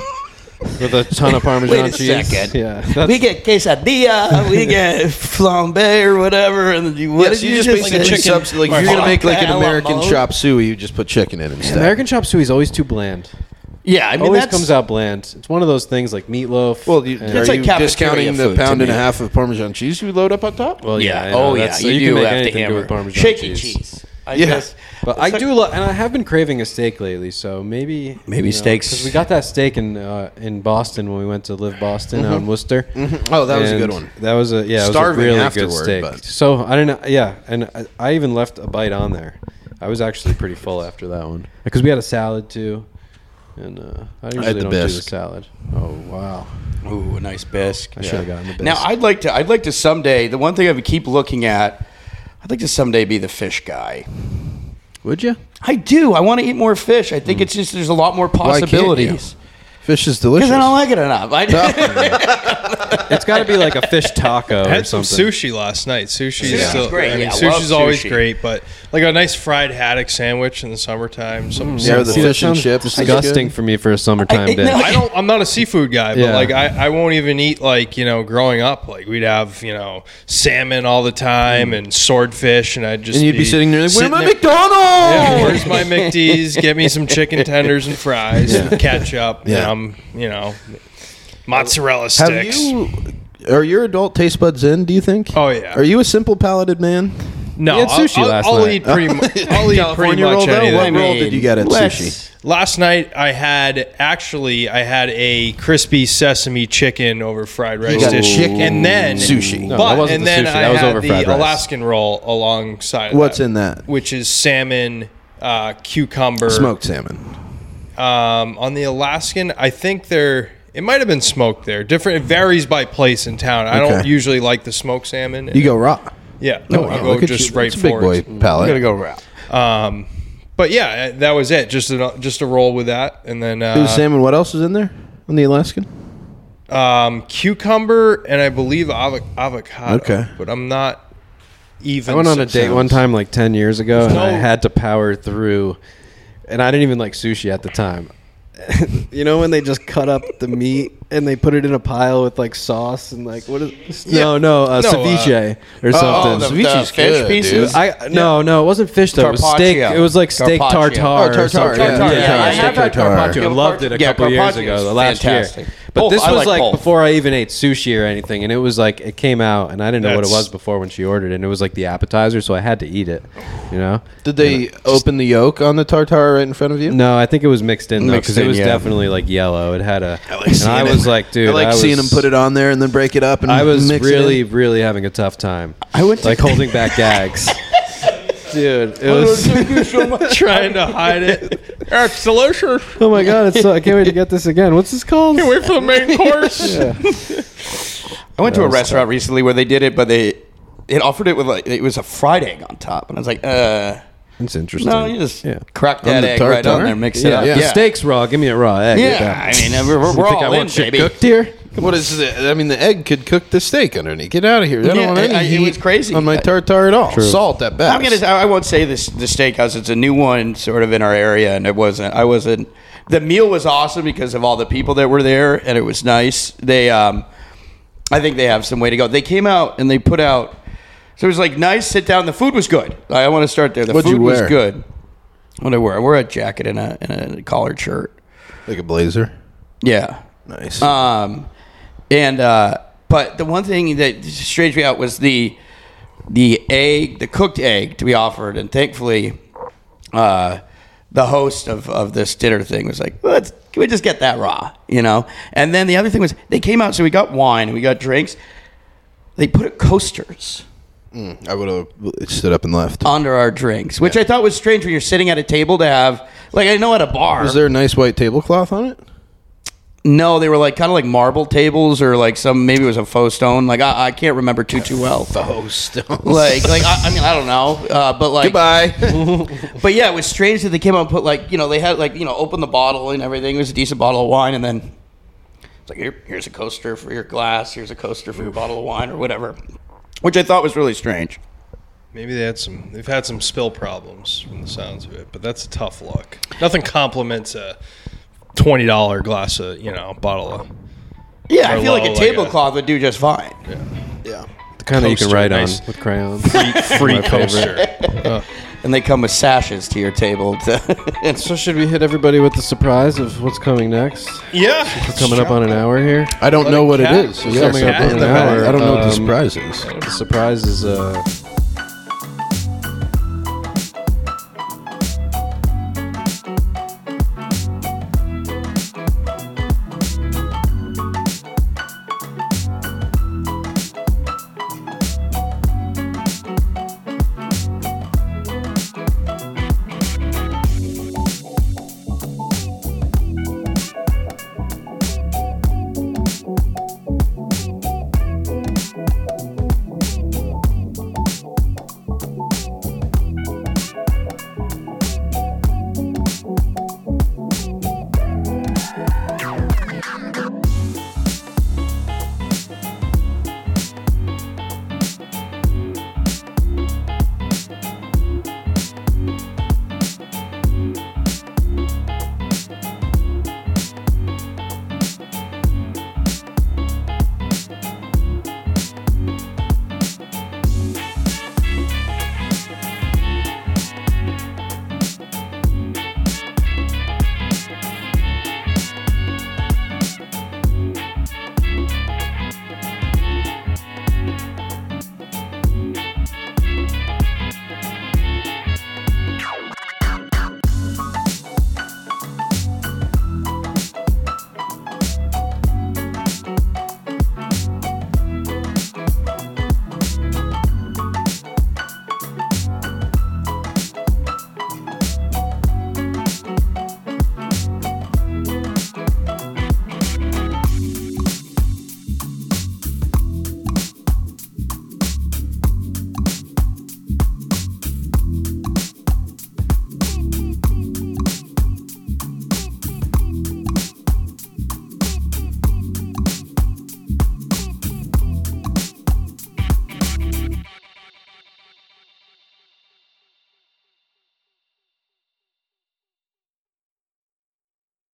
Speaker 2: with a ton of parmesan
Speaker 4: Wait a
Speaker 2: cheese.
Speaker 4: second.
Speaker 2: Yeah, that's,
Speaker 4: We get quesadilla, we get flambe or whatever, and then you what
Speaker 1: yeah,
Speaker 4: did
Speaker 1: so
Speaker 4: you,
Speaker 1: you just
Speaker 4: just
Speaker 1: basically
Speaker 4: say?
Speaker 1: chicken, subs- like if you're gonna make like an American chop suey, you just put chicken in instead.
Speaker 2: American chop suey is always too bland.
Speaker 4: Yeah, I mean
Speaker 2: always
Speaker 4: that's
Speaker 2: comes out bland. It's one of those things like meatloaf.
Speaker 1: Well, you,
Speaker 2: and-
Speaker 1: are
Speaker 4: It's like
Speaker 1: you
Speaker 4: cafeteria
Speaker 1: discounting the
Speaker 4: food to
Speaker 1: pound and a
Speaker 4: me.
Speaker 1: half of Parmesan cheese you load up on top?
Speaker 2: well,
Speaker 4: Yeah.
Speaker 2: I know,
Speaker 4: Oh yeah.
Speaker 2: that's-
Speaker 4: You,
Speaker 2: can
Speaker 4: do
Speaker 2: make
Speaker 4: have to
Speaker 2: anything do
Speaker 4: hammer
Speaker 2: with parmesan
Speaker 4: shaky
Speaker 2: cheese.
Speaker 4: cheese. I
Speaker 1: Yeah.
Speaker 4: guess.
Speaker 2: But I do, love, and I have been craving a steak lately. So maybe
Speaker 4: Maybe steaks.
Speaker 2: because we got that steak in uh, in Boston when we went to live Boston
Speaker 4: Mm-hmm.
Speaker 2: out in Worcester.
Speaker 1: Oh, that was a
Speaker 2: And
Speaker 1: good one.
Speaker 2: That was a yeah, it was a
Speaker 1: Starving
Speaker 2: really
Speaker 1: afterward,
Speaker 2: good steak.
Speaker 1: but-
Speaker 2: So I don't know, yeah, and I, I even left a bite on there. I was actually pretty full after that one because we had a salad too, and uh, I usually
Speaker 1: the
Speaker 2: don't do the
Speaker 1: bisque.
Speaker 2: salad. Oh wow,
Speaker 4: Ooh, a nice bisque.
Speaker 2: I should have gotten the bisque.
Speaker 4: Now I'd like to. I'd like to someday. The one thing I would keep looking at. I'd like to someday be the fish guy.
Speaker 2: would you?
Speaker 4: I do. I want to eat more fish. I think it's just there's a lot more
Speaker 1: can't you?
Speaker 4: possibilities.
Speaker 1: Fish is delicious.
Speaker 4: Because I don't like it enough. I,
Speaker 2: It's got to be like a fish taco
Speaker 3: I
Speaker 2: or
Speaker 3: had some
Speaker 2: something.
Speaker 3: sushi last night. Sushi is
Speaker 4: Sushi's
Speaker 3: still
Speaker 4: great,
Speaker 3: I mean,
Speaker 4: yeah,
Speaker 3: sushi's
Speaker 4: love
Speaker 3: always
Speaker 4: sushi.
Speaker 3: great, but like a nice fried haddock sandwich in the summertime.
Speaker 4: Mm,
Speaker 3: Something
Speaker 1: Yeah, the
Speaker 3: simple.
Speaker 1: fish and
Speaker 2: Sounds
Speaker 1: chips. is good.
Speaker 2: Disgusting for me for a summertime
Speaker 4: I-
Speaker 2: day.
Speaker 4: no.
Speaker 3: I don't. I'm not a seafood guy, but
Speaker 2: Yeah.
Speaker 3: like I, I won't even eat like you know. Growing up, like we'd have you know salmon all the time and swordfish, and I'd just
Speaker 1: And you'd be sitting there "Oh." like, where's my
Speaker 3: there- Yeah,
Speaker 1: McDonald's?
Speaker 3: where's my McD's? Get me some chicken tenders and fries, and ketchup.
Speaker 1: Yeah.
Speaker 3: Yeah, um, you know, mozzarella
Speaker 1: Have
Speaker 3: sticks.
Speaker 1: you? Are your adult taste buds in? Do you think?
Speaker 3: Oh, yeah.
Speaker 1: Are you a simple palated man?
Speaker 3: no,
Speaker 2: We had
Speaker 3: I'll-
Speaker 2: sushi
Speaker 3: I'll,
Speaker 2: last
Speaker 3: I'll
Speaker 2: night.
Speaker 3: Eat pretty, mu- I'll eat pretty
Speaker 1: California roll,
Speaker 3: much
Speaker 1: though?
Speaker 3: anything.
Speaker 1: What roll did you get at sushi?
Speaker 3: Last night I had actually I had a crispy sesame chicken over fried rice
Speaker 1: got
Speaker 3: dish,
Speaker 1: chicken
Speaker 3: and then
Speaker 1: sushi. No,
Speaker 3: But,
Speaker 2: that wasn't
Speaker 3: and
Speaker 2: the
Speaker 3: then
Speaker 2: sushi,
Speaker 3: I
Speaker 2: that was
Speaker 3: had
Speaker 2: over
Speaker 3: the
Speaker 2: fried rice.
Speaker 3: Alaskan roll alongside. of
Speaker 1: What's in that?
Speaker 3: Which is salmon, uh, cucumber,
Speaker 1: Smoked salmon.
Speaker 3: Um, on the Alaskan, I think they're. It might have been smoked there. Different. It varies by place in town. I don't
Speaker 1: Okay.
Speaker 3: usually like the smoked salmon.
Speaker 1: You go raw.
Speaker 3: Yeah. No,
Speaker 1: Oh, wow,
Speaker 3: I go
Speaker 1: look at
Speaker 3: just
Speaker 1: you.
Speaker 3: right
Speaker 1: That's a
Speaker 3: for
Speaker 1: big
Speaker 3: it.
Speaker 1: boy palate.
Speaker 4: go around.
Speaker 3: Um, but yeah, that was it. Just a, just a roll with that, and then
Speaker 1: It was
Speaker 3: uh,
Speaker 1: salmon. What else is in there on the Alaskan?
Speaker 3: um, cucumber and I believe avo- avocado.
Speaker 1: Okay.
Speaker 3: but I'm not even.
Speaker 2: I went on a
Speaker 3: so-
Speaker 2: date one time like 10 years ago and I
Speaker 3: no-
Speaker 2: had to power through and I didn't even like sushi at the time.
Speaker 6: You know when they just cut up the meat and they put it in a pile with like sauce and like what is
Speaker 2: No, no, uh,
Speaker 3: No, uh,
Speaker 2: ceviche or
Speaker 4: Oh,
Speaker 2: something.
Speaker 4: the, the
Speaker 1: Ceviche's
Speaker 4: fish
Speaker 1: good,
Speaker 4: pieces.
Speaker 2: I no, no, it wasn't fish though. It was steak.
Speaker 4: Carpaccio.
Speaker 2: It was like steak tartare.
Speaker 4: Carpaccio.
Speaker 1: Oh, tartare,
Speaker 2: or something.
Speaker 1: yeah.
Speaker 4: Tartare,
Speaker 1: Yeah,
Speaker 4: yeah, I
Speaker 1: steak
Speaker 4: have had
Speaker 1: tartare.
Speaker 4: carpaccio.
Speaker 2: loved it a
Speaker 4: Yeah,
Speaker 2: couple years
Speaker 4: carpaccio
Speaker 2: ago,
Speaker 4: is
Speaker 2: the last
Speaker 4: fantastic.
Speaker 2: year. But
Speaker 4: Both,
Speaker 2: this
Speaker 4: I
Speaker 2: was like
Speaker 4: both.
Speaker 2: before Oh, I even ate sushi or anything, and it was like it came out, and I didn't know what it
Speaker 3: That's-
Speaker 2: was before when she ordered, it, and it was like the appetizer, so I had to eat it. You know?
Speaker 1: Did they open the yolk on the tartare right in front of you?
Speaker 2: No, I think it was mixed in though,
Speaker 4: Mixed
Speaker 2: because it
Speaker 4: in,
Speaker 2: was
Speaker 4: yeah.
Speaker 2: definitely like yellow. It had a. I
Speaker 1: like
Speaker 2: and
Speaker 1: seeing
Speaker 2: I
Speaker 1: it.
Speaker 2: was like, dude,
Speaker 1: I like
Speaker 2: was,
Speaker 1: seeing them put it on there and then break it up and
Speaker 2: I was
Speaker 1: mix
Speaker 2: really,
Speaker 1: It in.
Speaker 2: really having a tough time.
Speaker 4: I went to-
Speaker 2: like holding back gags. Dude, it was
Speaker 3: trying to hide it. It's delicious.
Speaker 2: Oh my god, it's so, I can't wait to get this again. What's this called?
Speaker 3: Wait for the main course.
Speaker 4: I went to a restaurant recently where they did it, but they it offered it with like it was a fried egg on top, and I was like, uh,
Speaker 2: It's interesting.
Speaker 4: no, you just
Speaker 2: yeah.
Speaker 4: crack
Speaker 1: On
Speaker 4: that
Speaker 1: the
Speaker 4: egg right on
Speaker 1: tartare?
Speaker 4: there, mix it
Speaker 2: Yeah,
Speaker 4: up.
Speaker 2: if the steak's raw. Give me a raw egg.
Speaker 4: Yeah, I mean, we're, we're all in, baby.
Speaker 2: cooked here.
Speaker 1: What is it? I mean, the egg could cook the steak underneath. Get out of here. I don't
Speaker 4: Yeah,
Speaker 1: want any
Speaker 4: I- it
Speaker 1: heat
Speaker 4: was crazy.
Speaker 1: on my tartare at all. Salt at best.
Speaker 4: I'm gonna. I won't say this. The steakhouse. It's a new one, sort of in our area, and it wasn't. I wasn't. The meal was awesome because of all the people that were there, and it was nice. They, um, I think they have some way to go. They came out and they put out. So it was like nice sit down. The food was good. I, want to start there. The
Speaker 1: What'd you
Speaker 4: food was
Speaker 1: wear?
Speaker 4: good. What did I wear? I wore a jacket and a and a collared shirt.
Speaker 1: like a blazer.
Speaker 4: Yeah.
Speaker 1: Nice.
Speaker 4: Um, and uh, but the one thing that strange me out was the the egg, the cooked egg to be offered, and thankfully, uh, the host of, of this dinner thing was like, "Let's can we just get that raw?" You know. And then the other thing was they came out, so we got wine, we got drinks. They put coasters
Speaker 1: I would have stood up and left.
Speaker 4: under our drinks, which I thought was strange when you're sitting at a table to have. Like I know at a bar,
Speaker 1: Was there a nice white tablecloth on it?
Speaker 4: No, they were like kind of like marble tables or like some maybe it was a faux stone. Like I, I can't remember too too well.
Speaker 1: Faux stones.
Speaker 4: Like like I, I mean I don't know, uh, but like
Speaker 1: Goodbye.
Speaker 4: but yeah, it was strange that they came out and put like you know they had like you know open the bottle and everything. It was a decent bottle of wine, and then it's like Here, here's a coaster for your glass, here's a coaster for your bottle of wine or whatever, which I thought was really strange.
Speaker 3: Maybe they had some. They've had some spill problems from the sounds of it, but that's a tough look. Nothing compliments a twenty dollar glass of you know bottle of
Speaker 4: Yeah,
Speaker 3: Or
Speaker 4: I feel like
Speaker 3: low,
Speaker 4: a
Speaker 3: like a-
Speaker 4: tablecloth would do just fine.
Speaker 2: The kind that you can
Speaker 3: Coaster,
Speaker 2: write
Speaker 3: nice.
Speaker 2: on with crayons.
Speaker 3: free coaster.
Speaker 4: And they come with sashes to your table. To
Speaker 2: so should we hit everybody with the surprise of what's coming next?
Speaker 3: yeah,
Speaker 2: Coming up on an hour here.
Speaker 1: I don't know what it
Speaker 3: cat-
Speaker 1: is.
Speaker 3: Let
Speaker 1: Yeah,
Speaker 2: me
Speaker 1: so
Speaker 2: cat
Speaker 1: put
Speaker 2: in
Speaker 1: it
Speaker 2: the
Speaker 1: back.
Speaker 2: hour.
Speaker 1: I don't know what the
Speaker 2: Um,
Speaker 1: surprise is.
Speaker 2: The surprise is uh,